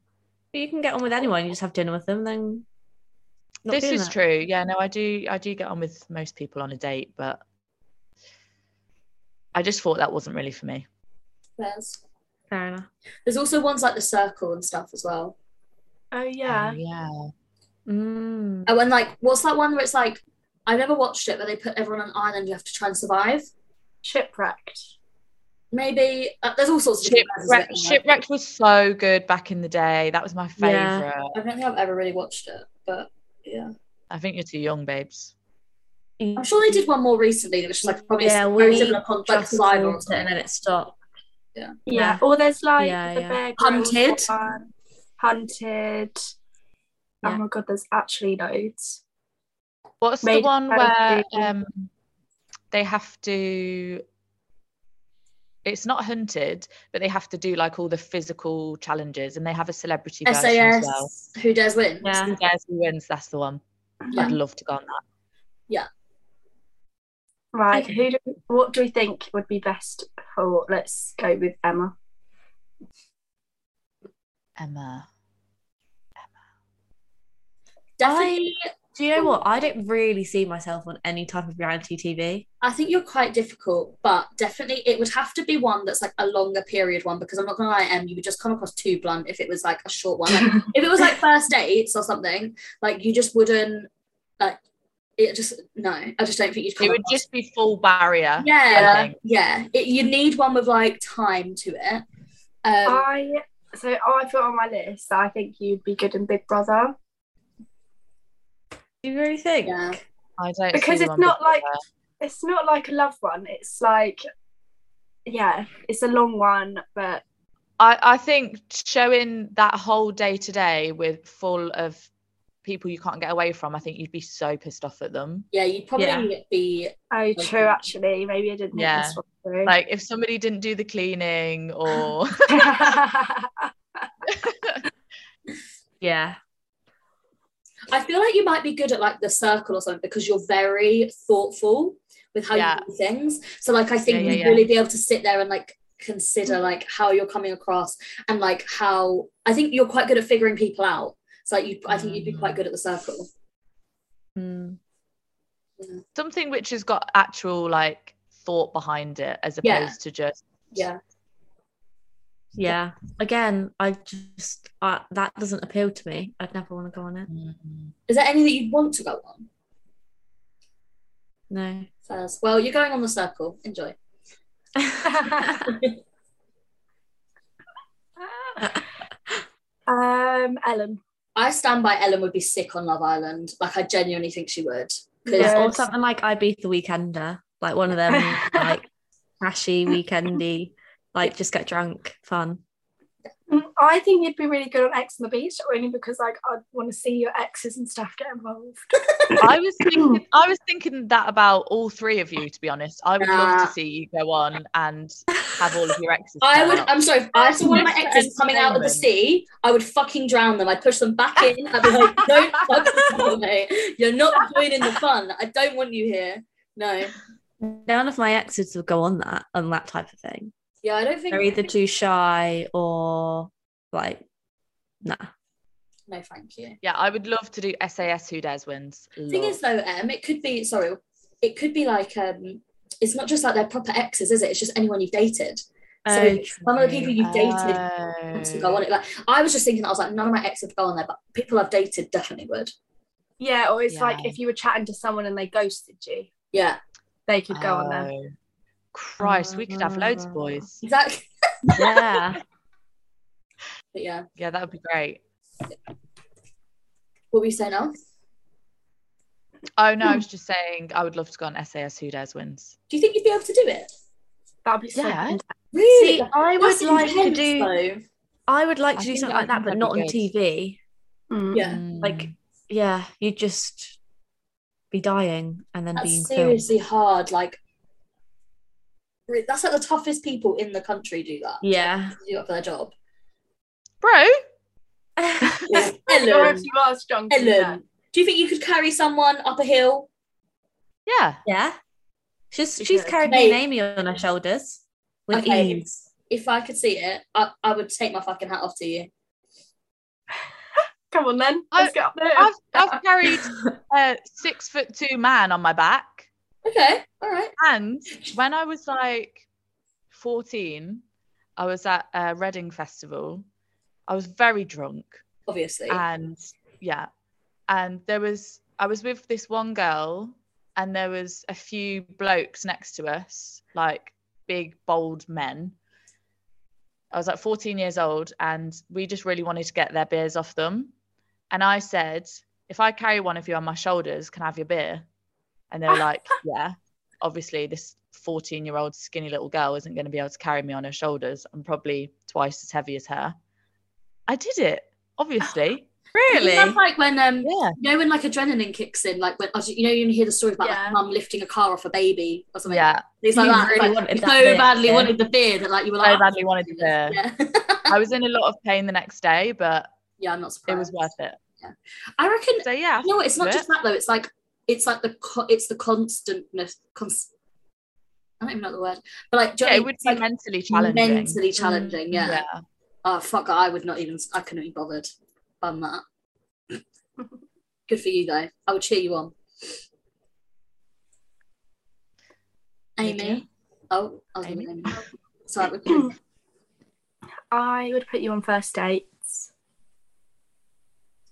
Speaker 6: But you can get on with anyone. You just have dinner with them, then. not
Speaker 1: this
Speaker 6: doing
Speaker 1: is
Speaker 6: that.
Speaker 1: true. Yeah, no, I do. I do get on with most people on a date, but I just thought that wasn't really for me.
Speaker 3: There's.
Speaker 6: Fair enough.
Speaker 3: There's also ones like the circle and stuff as well.
Speaker 2: Oh
Speaker 1: Oh,
Speaker 6: Um,
Speaker 2: yeah.
Speaker 1: yeah.
Speaker 6: Mm.
Speaker 3: And when like, what's that one where it's like, I never watched it, but they put everyone on an island. You have to try and survive.
Speaker 2: Shipwrecked.
Speaker 3: Maybe uh, there's all sorts of different versions
Speaker 1: Shipwrecked,
Speaker 3: of it.
Speaker 1: Shipwrecked was so good back in the day. That was my
Speaker 6: Yeah.
Speaker 1: favorite.
Speaker 3: I don't think I've ever really watched it, but yeah,
Speaker 1: I think you're too young, babes.
Speaker 6: Mm.
Speaker 3: I'm sure they did one more recently that was just like probably
Speaker 6: Yeah,
Speaker 3: very
Speaker 6: we
Speaker 3: similar con- like
Speaker 6: Just
Speaker 3: Survivor or
Speaker 6: thought it
Speaker 3: something.
Speaker 6: and then it stopped.
Speaker 2: Yeah.
Speaker 6: Yeah.
Speaker 2: Or there's like
Speaker 6: Yeah,
Speaker 2: the
Speaker 6: yeah.
Speaker 2: Bear Grylls
Speaker 3: Hunted.
Speaker 2: one, Hunted. Oh
Speaker 6: Yeah.
Speaker 2: my god! There's actually loads.
Speaker 1: What's the
Speaker 2: Made
Speaker 1: one
Speaker 2: by
Speaker 1: where
Speaker 2: the-
Speaker 1: um, they have to? It's not hunted, but they have to do like all the physical challenges, and they have a celebrity version as well.
Speaker 3: SAS. Who dares win?
Speaker 6: Yeah.
Speaker 1: Who Dares Who wins? That's the one.
Speaker 3: Yeah.
Speaker 1: I'd love to go on that.
Speaker 2: Right.
Speaker 6: Okay.
Speaker 2: Who? Do, what do we think would be best for? Let's go with
Speaker 6: *laughs*
Speaker 2: Emma.
Speaker 1: Emma.
Speaker 3: Definitely.
Speaker 6: Do you know what? I don't really see myself on any type of reality TV.
Speaker 3: I think you're quite difficult, but definitely it would have to be one that's like a longer period one because I'm not gonna lie, Em, you would just come across too blunt if it was like a short one. Like, if it was like first dates or something, like you just wouldn't like it. Just no, I just don't think you'd come.
Speaker 1: It would
Speaker 3: across-
Speaker 1: just be full barrier. I
Speaker 3: yeah,
Speaker 1: think.
Speaker 3: yeah. It, you need one with like time to it. Um,
Speaker 1: Uh,
Speaker 2: I. So I put on my list that I think you'd be good in Big Brother
Speaker 6: Do you really think?
Speaker 3: yeah,
Speaker 1: I don't
Speaker 2: because
Speaker 1: see
Speaker 2: it's
Speaker 1: one
Speaker 2: not
Speaker 1: before
Speaker 2: like
Speaker 1: that.
Speaker 2: it's not like a love one. It's like, yeah, it's a long one, but
Speaker 1: I, I think showing that whole day today with full of people you can't get away from, I think you'd be so pissed off at them.
Speaker 3: Yeah, you'd probably
Speaker 4: Yeah.
Speaker 3: be
Speaker 2: Oh, true. Actually, maybe I didn't. think
Speaker 1: Yeah.
Speaker 2: This one through.
Speaker 1: Like if somebody didn't do the cleaning or
Speaker 2: *laughs*
Speaker 4: Yeah.
Speaker 3: I feel like you might be good at like the circle or something because you're very thoughtful with how
Speaker 1: Yeah.
Speaker 3: you do things. So like I think
Speaker 1: Yeah, yeah,
Speaker 3: you'd
Speaker 1: yeah.
Speaker 3: really be able to sit there and like consider like how you're coming across and like how I think you're quite good at figuring people out. So like you I think you'd be quite good at the circle.
Speaker 4: Mm.
Speaker 1: something which has got actual like thought behind it as opposed
Speaker 3: Yeah.
Speaker 1: to just
Speaker 3: Yeah.
Speaker 4: Yeah. Again, I just uh, that doesn't appeal to me. I'd never want to go on it.
Speaker 3: Is there any that you'd want to go on?
Speaker 6: *laughs*
Speaker 4: No.
Speaker 3: Faz? Well, you're going on the circle. Enjoy.
Speaker 2: um, Ellen.
Speaker 3: I stand by Ellen would be sick on Love Island. Like I genuinely think she would. 'Cause-
Speaker 4: Yeah, or
Speaker 2: Yes.
Speaker 4: something like Ibiza Weekender, like one of them, like trashy weekendy, like just get drunk, fun.
Speaker 2: Mm, I think you'd be really good on X on the Beach, only because like I'd want to see your exes and stuff get involved.
Speaker 1: I was thinking I was thinking that about all three of you to be honest. I would love
Speaker 3: Nah.
Speaker 1: to see you go on and have all of your exes.
Speaker 3: *laughs* I
Speaker 1: turn
Speaker 3: would.
Speaker 1: up.
Speaker 3: I'm sorry. If I saw one of my
Speaker 1: Mr.
Speaker 3: exes coming out of the
Speaker 1: Entertainment.
Speaker 3: sea, I would fucking drown them. I'd push them back in. I'd be like, "Don't fucking come, mate. You're not joining the fun. I don't want you here." No.
Speaker 4: None of my exes would go on that on that type of thing.
Speaker 3: Yeah, I don't think.
Speaker 4: They're either too shy or like, nah.
Speaker 3: No, thank you.
Speaker 1: Yeah, I would love to do SAS Who Dares Wins. Love.
Speaker 3: Thing is, though, um, it could be. Sorry, it could be like um, it's not just like their proper exes, is it? It's just anyone you've dated. So some of the people you've dated want to go on it. Like I was just thinking, I was like, none of my exes would go on there, but people I've dated definitely would.
Speaker 2: Yeah, or it's like
Speaker 1: Yeah.
Speaker 2: if you were chatting to someone and they ghosted you,
Speaker 3: Yeah,
Speaker 2: they could go on there. Mm.
Speaker 1: Oh, Christ, we could have loads of boys.
Speaker 3: exactly. *laughs*
Speaker 4: Yeah.
Speaker 3: But yeah,
Speaker 1: Yeah, that would be great.
Speaker 3: what were you saying else?
Speaker 1: Oh
Speaker 2: Hmm.
Speaker 1: no, I was just saying I would love to go on SAS Who Dares Wins.
Speaker 3: Do you think you'd be able to do it?
Speaker 2: That'd be so.
Speaker 1: Yeah.
Speaker 2: intense.
Speaker 3: Really?
Speaker 4: See, I would
Speaker 3: That's
Speaker 4: like to
Speaker 3: intense,
Speaker 4: do.
Speaker 3: though.
Speaker 4: I would like
Speaker 1: I
Speaker 4: to do
Speaker 1: think-
Speaker 4: something
Speaker 1: I
Speaker 4: like that,
Speaker 1: think
Speaker 4: but
Speaker 1: that'd
Speaker 4: not
Speaker 1: be
Speaker 4: on
Speaker 1: good.
Speaker 4: TV.
Speaker 2: Mm.
Speaker 3: Yeah.
Speaker 4: Like, yeah, you just be dying and then being
Speaker 3: That's
Speaker 4: filmed.
Speaker 3: seriously hard. Like, re- that's like the toughest people in the country do that. *laughs*
Speaker 4: Yeah.
Speaker 3: to Do that for their job.
Speaker 1: bro,
Speaker 3: Yeah.
Speaker 2: Or if
Speaker 3: Ellen,
Speaker 2: you are strong. to do that.
Speaker 3: Ellen, do you think you could carry someone up a hill?
Speaker 1: yeah,
Speaker 4: Yeah. She's
Speaker 2: We
Speaker 4: she's
Speaker 2: could.
Speaker 4: carried me and
Speaker 3: Mate.
Speaker 4: Amy on her shoulders with
Speaker 3: Okay.
Speaker 4: ease.
Speaker 3: If I could see it, I, I would take my fucking hat off to you.
Speaker 2: Come on then.
Speaker 1: I-
Speaker 2: Let's get up there.
Speaker 1: I've
Speaker 2: *laughs*
Speaker 1: I've carried a six foot two man on my back,
Speaker 3: Okay, all right.
Speaker 1: and when I was like fourteen, I was at a Reading festival. I was very drunk,
Speaker 3: Obviously.
Speaker 1: and yeah, and there was I was with this one girl, and there was a few blokes next to us, like big bold men. I was like 14 years old and we just really wanted to get their beers off them. And I said, if I carry one of you on my shoulders, can I have your beer? And they were like, yeah, obviously this 14 year old skinny little girl isn't going to be able to carry me on her shoulders. I'm probably twice as heavy as her. I did it,
Speaker 3: *gasps*
Speaker 1: obviously.
Speaker 3: That's like when um,
Speaker 1: Yeah.
Speaker 3: you know when like adrenaline kicks in, like when you know you hear the story about like,
Speaker 2: Yeah.
Speaker 3: mum lifting a car off a baby or something.
Speaker 1: Yeah.
Speaker 3: Things like
Speaker 4: You
Speaker 3: that.
Speaker 4: really
Speaker 3: Like,
Speaker 4: wanted
Speaker 3: you
Speaker 4: that
Speaker 3: so
Speaker 4: beer,
Speaker 3: badly
Speaker 4: yeah.
Speaker 3: wanted the beer that like you were
Speaker 1: So
Speaker 3: like "Ah,
Speaker 1: badly wanted the beer.
Speaker 3: Yeah. *laughs*
Speaker 1: I was in a lot of pain the next day, but
Speaker 3: yeah, I'm not
Speaker 1: it
Speaker 3: surprised.
Speaker 1: was worth it.
Speaker 3: I reckon
Speaker 1: So yeah.
Speaker 3: No, it's not
Speaker 1: But-
Speaker 3: just that though. It's like it's like the co- it's the constantness. Cons- I don't even know the word, but like do you
Speaker 1: Yeah,
Speaker 3: know
Speaker 1: it
Speaker 3: what
Speaker 1: would
Speaker 3: I
Speaker 1: be
Speaker 3: mean?
Speaker 1: mentally
Speaker 3: It's, like,
Speaker 1: challenging.
Speaker 3: mentally challenging. Yeah.
Speaker 1: yeah.
Speaker 3: Oh fuck! I would not even. I couldn't be bothered. Bum that. Good for you though. I would cheer you on. Amy. Oh, I was Amy. Amy. Sorry. we're good.
Speaker 2: I would put you on first dates.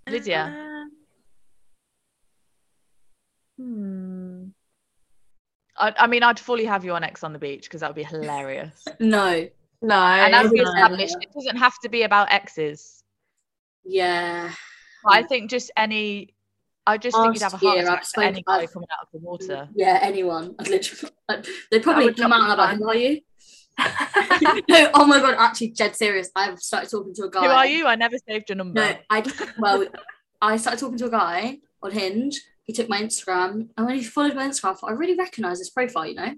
Speaker 1: Lydia.
Speaker 4: Hmm.
Speaker 1: I, I mean, I'd fully have you on X on the beach because that would be
Speaker 3: *laughs*
Speaker 1: hilarious.
Speaker 3: no.
Speaker 2: No.
Speaker 1: and
Speaker 2: *laughs*
Speaker 1: as we
Speaker 3: yeah.
Speaker 1: established, it doesn't have to be about exes.
Speaker 3: Yeah.
Speaker 1: But I think just any, I just think you'd have a
Speaker 3: Last
Speaker 1: heart
Speaker 3: year,
Speaker 1: attack
Speaker 3: I've
Speaker 1: for any
Speaker 3: spoken-
Speaker 1: guy
Speaker 3: I've-
Speaker 1: coming out of the water.
Speaker 3: Yeah. Anyone. I'd *laughs* literally. I'd- They'd probably
Speaker 2: would
Speaker 3: come
Speaker 2: not
Speaker 3: out
Speaker 2: be
Speaker 3: and
Speaker 2: fun.
Speaker 3: I'm like, "Who are you?" *laughs* no, oh my god, actually, dead serious. I've started talking to a guy.
Speaker 1: Who are you? I never saved your number.
Speaker 3: Oh
Speaker 1: *laughs*
Speaker 3: No, *laughs* I well, I started talking to a guy on Hinge. He took my Instagram, and when he followed my Instagram, I thought, I really recognise his profile, you know.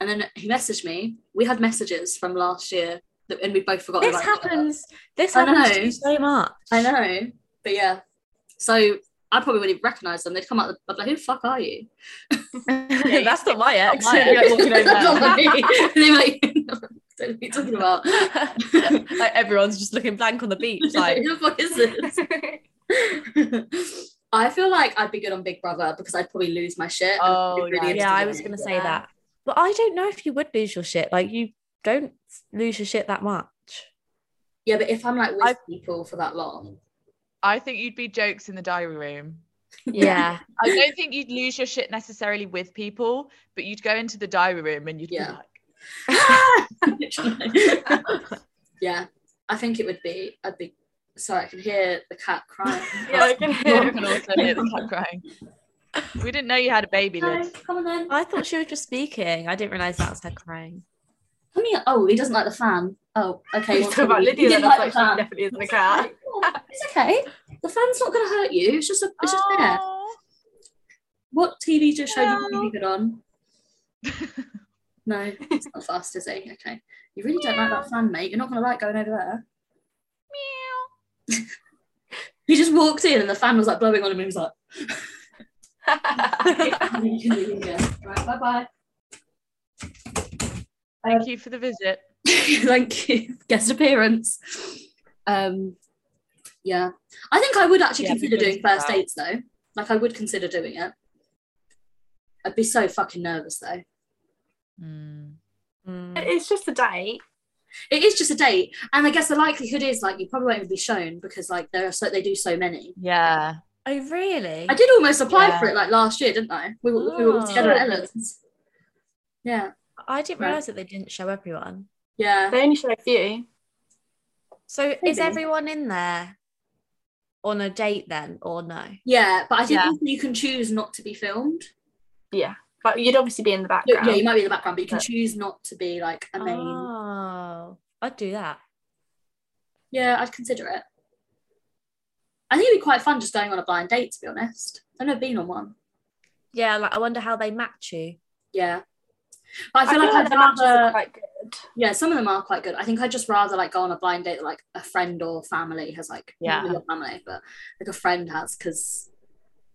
Speaker 3: And then he messaged me. We had messages from last year, that, and we both forgot.
Speaker 4: This
Speaker 3: about each other.
Speaker 4: happens. This
Speaker 3: I
Speaker 4: happens to
Speaker 3: know.
Speaker 4: me so much.
Speaker 3: I know, but yeah. So I probably wouldn't recognise them. They'd come out. The, I'd be like, "Who the fuck are you?"
Speaker 4: That's not my ex.
Speaker 1: my ex.
Speaker 4: *laughs* Like, walking over.
Speaker 1: That's
Speaker 3: Not *laughs* me. and they'd be like, *laughs* "What are you talking about?"
Speaker 4: *laughs* like everyone's just looking blank on
Speaker 3: *laughs*
Speaker 4: the beach. Like,
Speaker 3: who the fuck is this? *laughs* I feel like I'd be good on Big Brother because I'd probably lose my shit. and
Speaker 1: Oh,
Speaker 3: I'd be
Speaker 1: yeah.
Speaker 4: yeah, I
Speaker 3: interested
Speaker 4: was
Speaker 3: in
Speaker 4: gonna
Speaker 3: it.
Speaker 4: say
Speaker 3: Yeah.
Speaker 4: that, but I don't know if you would lose your shit. Like, you don't lose your shit that much.
Speaker 3: Yeah, but if I'm like with
Speaker 1: I-
Speaker 3: people for that long, *laughs*
Speaker 1: I think you'd be jokes in the diary room.
Speaker 4: Yeah,
Speaker 1: I don't think you'd lose your shit necessarily with people, but you'd go into the diary room and you'd be
Speaker 3: Yeah.
Speaker 1: like,
Speaker 3: *laughs* yeah, I think it would be. I'd be sorry. I can hear the cat crying.
Speaker 2: Yeah, I can hear
Speaker 3: *laughs*
Speaker 1: "Mum can also hear the cat crying. We didn't know you had a baby, Liz.
Speaker 3: Come on then.
Speaker 4: *laughs* I thought she was just speaking. I didn't realize that was her crying.
Speaker 3: Come here. Oh, he doesn't like the fan. Oh, okay.
Speaker 2: You
Speaker 3: well,
Speaker 2: talk about
Speaker 3: he
Speaker 2: Lydia,
Speaker 3: didn't
Speaker 2: then I was like, she
Speaker 3: fan.
Speaker 2: definitely isn't a cat.
Speaker 3: It's okay. The fan's not gonna hurt you. It's just a, it's just
Speaker 1: Oh.
Speaker 3: there.
Speaker 1: Aw.
Speaker 3: What TV just showed you
Speaker 1: Well.
Speaker 3: really
Speaker 1: *laughs*
Speaker 3: good on? no, it's not fast, is it? Okay. You really don't like that fan, mate. You're not gonna like going over there. He just walked in and the fan was like blowing on him and he was like, *laughs* you can leave, yeah. right, bye bye.
Speaker 1: Thank you for the visit.
Speaker 3: *laughs* Thank you. Guest appearance. Um yeah. I think I would actually
Speaker 1: Yeah,
Speaker 3: consider
Speaker 1: we can
Speaker 3: doing
Speaker 1: do
Speaker 3: first
Speaker 1: that.
Speaker 3: dates though. Like I would consider doing it. I'd be so fucking nervous though.
Speaker 1: Mm.
Speaker 4: Hmm.
Speaker 2: *laughs* it's just a date.
Speaker 3: it is just a date and i guess the likelihood is like you probably won't even be shown because like there are so they do so many
Speaker 1: Yeah.
Speaker 4: Oh, really?
Speaker 3: i did almost apply
Speaker 1: Yeah.
Speaker 3: for it like last year didn't i we were, we were all together at ellen's yeah
Speaker 4: I didn't
Speaker 3: Right.
Speaker 4: realize that they didn't show everyone.
Speaker 3: yeah
Speaker 2: They only show a few.
Speaker 4: So, is
Speaker 3: Maybe.
Speaker 4: everyone in there on a date then, or no?
Speaker 3: yeah but i think
Speaker 1: Yeah.
Speaker 3: also you can choose not to be filmed
Speaker 2: Yeah. But you'd obviously be in the
Speaker 3: yeah Ah.
Speaker 2: background.
Speaker 3: you might be in the background but you can
Speaker 2: But-
Speaker 3: choose not to be like a main
Speaker 4: Oh, I'd do that.
Speaker 3: yeah i'd consider it i think it'd be quite fun just going on a blind date to be honest i've never been on one
Speaker 4: Yeah, like I wonder how they match you.
Speaker 3: yeah but i feel like, i'd
Speaker 2: the matches
Speaker 3: rather
Speaker 2: are quite good.
Speaker 3: yeah, some of them are quite good. I think I'd just rather like go on a blind date that like a friend or family has like
Speaker 1: Yeah.
Speaker 3: not really a family, but like a friend has because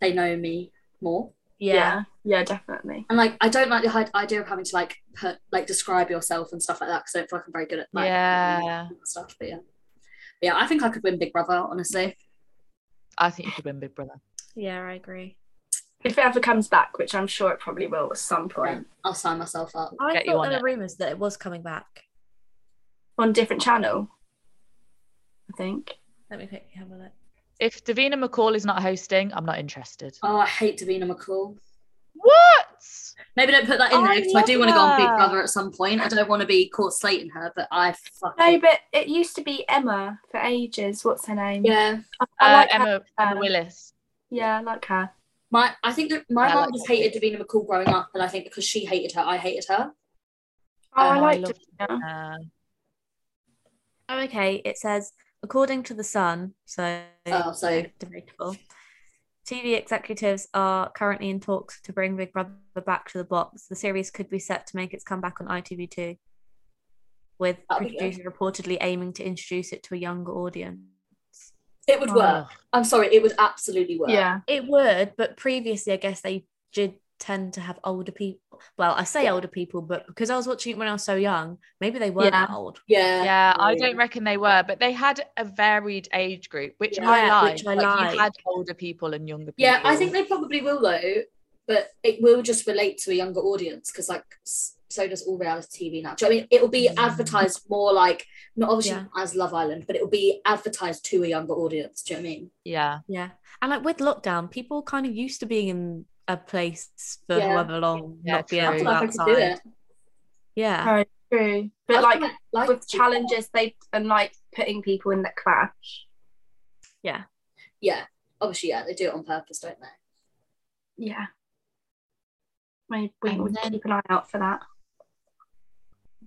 Speaker 3: they know me more.
Speaker 4: Yeah.
Speaker 2: yeah. Yeah, definitely.
Speaker 3: And like I don't like the hi- idea of having to like put like describe yourself and stuff like that because I don't feel like I'm very good at like
Speaker 1: Yeah.
Speaker 3: stuff. But yeah, But yeah, I think I could win Big Brother honestly.
Speaker 1: I think you could win Big Brother.
Speaker 4: Yeah, I agree.
Speaker 2: If it ever comes back, which I'm sure it probably will at some point,
Speaker 3: Um, I'll sign myself up.
Speaker 4: I
Speaker 1: Get you on
Speaker 4: thought there
Speaker 1: it.
Speaker 4: were rumors that it was coming back.
Speaker 2: on a different channel, I think.
Speaker 4: Let me quickly have a look.
Speaker 1: If Davina McCall is not hosting, I'm not interested.
Speaker 3: Oh, I hate Davina McCall.
Speaker 1: What?
Speaker 3: Maybe don't put that in
Speaker 1: I
Speaker 3: there because I do
Speaker 1: love
Speaker 3: want to go on Big
Speaker 1: her.
Speaker 3: Brother at some point. I don't want to be caught slating her, but I
Speaker 2: No,
Speaker 3: fucking
Speaker 2: but it used to be Emma for ages. What's her name?
Speaker 3: yeah.
Speaker 2: I, I
Speaker 1: Uh,
Speaker 2: like her.
Speaker 1: Emma, Emma
Speaker 2: Um,
Speaker 1: Willis.
Speaker 2: Yeah, I like her.
Speaker 3: My, I think that my
Speaker 1: Yeah, I
Speaker 3: mum
Speaker 1: like
Speaker 3: just
Speaker 1: that
Speaker 3: hated Davina McCall growing up, and I think because she hated her, I hated her.
Speaker 2: Oh, I
Speaker 1: Oh, I
Speaker 2: liked
Speaker 1: love-
Speaker 2: it. yeah.
Speaker 1: Uh,
Speaker 4: Oh, okay. It says, according to The Sun, so,
Speaker 3: Oh, so-
Speaker 4: you know, debatable, TV executives are currently in talks to bring Big Brother back to the box. The series could be set to make its comeback on ITV2, with
Speaker 3: That'd be
Speaker 4: producer reportedly aiming to introduce it to a younger audience.
Speaker 3: It would work.
Speaker 1: oh.
Speaker 3: I'm sorry, it would absolutely work.
Speaker 2: Yeah.
Speaker 4: It would, but previously, I guess they did tend to have older people. Well, I say older people, but because I was watching it when I was so young, maybe they weren't
Speaker 2: Yeah.
Speaker 4: that old.
Speaker 3: yeah,
Speaker 1: Yeah, I
Speaker 3: Yeah.
Speaker 1: don't reckon they were, but they had a varied age group, which I
Speaker 4: Yeah,
Speaker 1: like.
Speaker 4: which I
Speaker 1: like,
Speaker 4: like.
Speaker 1: You had older people and younger people.
Speaker 3: Yeah, I think they probably will though, but it will just relate to a younger audience because like s- so does all reality TV now. Do you know what I mean it will be
Speaker 1: Mm.
Speaker 3: advertised more like not obviously
Speaker 4: Yeah.
Speaker 3: as Love Island, but it will be advertised to a younger audience. Do you know what I mean?
Speaker 1: Yeah.
Speaker 4: Yeah. And like with lockdown, people kind of used to being in a place for
Speaker 3: Yeah.
Speaker 4: however long,
Speaker 1: Yeah,
Speaker 4: not being
Speaker 1: true.
Speaker 3: I
Speaker 4: able to
Speaker 3: feel
Speaker 4: go
Speaker 3: like I could do
Speaker 4: outside.
Speaker 3: it.
Speaker 4: Yeah.
Speaker 2: Right. True.
Speaker 3: I
Speaker 2: But
Speaker 3: feel
Speaker 2: like
Speaker 3: like
Speaker 2: with challenges, they and like putting people in the clash.
Speaker 3: yeah, obviously, yeah, they do it on purpose, don't they?
Speaker 2: Yeah. Maybe we
Speaker 1: And
Speaker 2: would
Speaker 1: then-
Speaker 2: keep an eye out for that.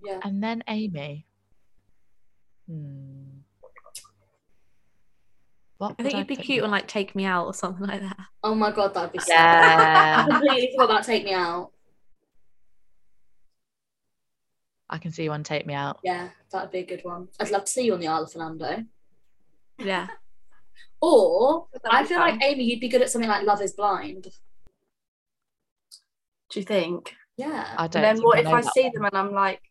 Speaker 3: Yeah.
Speaker 1: and then Amy. Hmm. What
Speaker 4: I
Speaker 1: would
Speaker 4: think you'd be
Speaker 1: put
Speaker 4: cute
Speaker 1: you-
Speaker 4: on like Take Me Out or something like that.
Speaker 3: Oh my god, that'd be sick. *laughs* I
Speaker 1: Yeah,
Speaker 3: completely forgot about Take Me Out.
Speaker 1: *laughs* I can see you on Take Me Out.
Speaker 3: Yeah, that'd be a good one. I'd love to see you on the Isle of Fernando.
Speaker 4: Yeah.
Speaker 3: Or I
Speaker 2: be
Speaker 3: feel
Speaker 2: fun.
Speaker 3: like Amy, you'd be good at something like Love Is Blind.
Speaker 2: Do you think?
Speaker 3: Yeah.
Speaker 1: I don't.
Speaker 2: And then
Speaker 1: think
Speaker 2: what
Speaker 1: I
Speaker 2: if
Speaker 1: know
Speaker 2: I
Speaker 1: that
Speaker 2: see
Speaker 1: one.
Speaker 2: them and I'm like,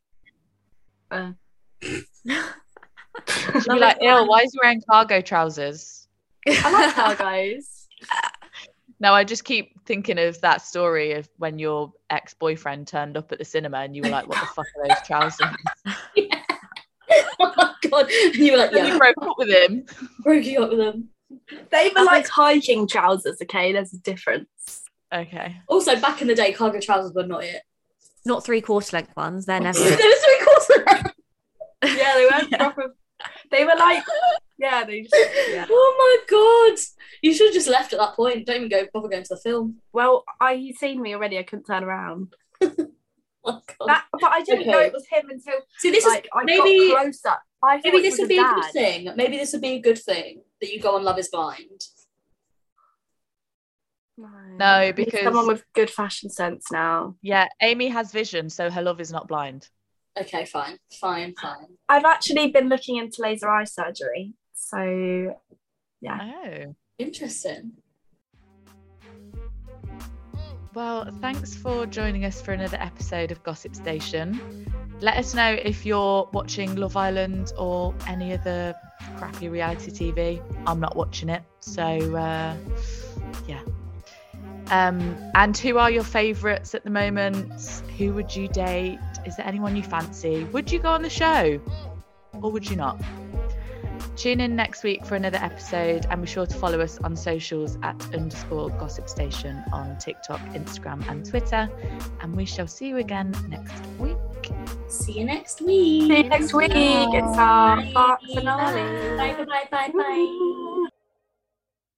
Speaker 2: uh,
Speaker 1: You'd be like, "Ew, why is he wearing cargo trousers?"
Speaker 2: I
Speaker 4: *laughs*
Speaker 2: like cargos.
Speaker 1: No, I just keep thinking of that story of when your ex-boyfriend turned up at the cinema and you were like, "What
Speaker 4: *laughs*
Speaker 1: the fuck are those trousers?"
Speaker 3: *laughs*
Speaker 1: *laughs*
Speaker 3: oh my god. And you were like,
Speaker 1: And
Speaker 3: yeah,
Speaker 1: you broke up with him.
Speaker 3: broke up with them.
Speaker 2: They were
Speaker 3: I
Speaker 2: like hiking trousers. Okay, there's a difference.
Speaker 1: Okay.
Speaker 3: Also, back in the day, cargo trousers were not it.
Speaker 4: Not three quarter length ones. They're
Speaker 3: *laughs*
Speaker 4: never.
Speaker 3: there was three quarters.
Speaker 2: Yeah, they weren't proper. They were like, yeah, they just.
Speaker 3: *laughs*
Speaker 2: Yeah.
Speaker 3: Oh my god. You should have just left at that point. Don't even go bother going to the film.
Speaker 2: Well, I he'd seen me already. I couldn't turn around.
Speaker 3: Oh god.
Speaker 2: That, but I didn't
Speaker 3: Okay.
Speaker 2: know it was him until
Speaker 3: See, this
Speaker 2: like
Speaker 3: is
Speaker 2: I
Speaker 3: maybe-
Speaker 2: got closer. I thought
Speaker 3: maybe
Speaker 2: it
Speaker 3: this
Speaker 2: was
Speaker 3: would be a
Speaker 2: dad.
Speaker 3: good thing. Maybe this would be a good thing that you go on Love Is Blind.
Speaker 1: No,
Speaker 2: I need
Speaker 1: because-
Speaker 2: someone with good fashion sense now.
Speaker 1: Yeah, Amy has vision, so her love is not blind.
Speaker 3: Okay, fine, fine, fine.
Speaker 2: I've actually been looking into laser eye surgery, so
Speaker 1: Oh.
Speaker 3: Interesting.
Speaker 1: Well, thanks for joining us for another episode of Gossip Station. Let us know if you're watching Love Island or any other crappy reality TV. I'm not watching it, so uh, yeah. Um, and who are your favourites at the moment? Who would you date? Is there anyone you fancy? Would you go on the show or would you not? Tune in next week for another episode and be sure to follow us on socials at underscore gossip station on TikTok, Instagram, and Twitter. And we shall see you again next week.
Speaker 3: See you next week.
Speaker 2: see you next week. It's our
Speaker 3: Bye.
Speaker 2: finale.
Speaker 3: Bye. Bye. Bye. Bye. bye.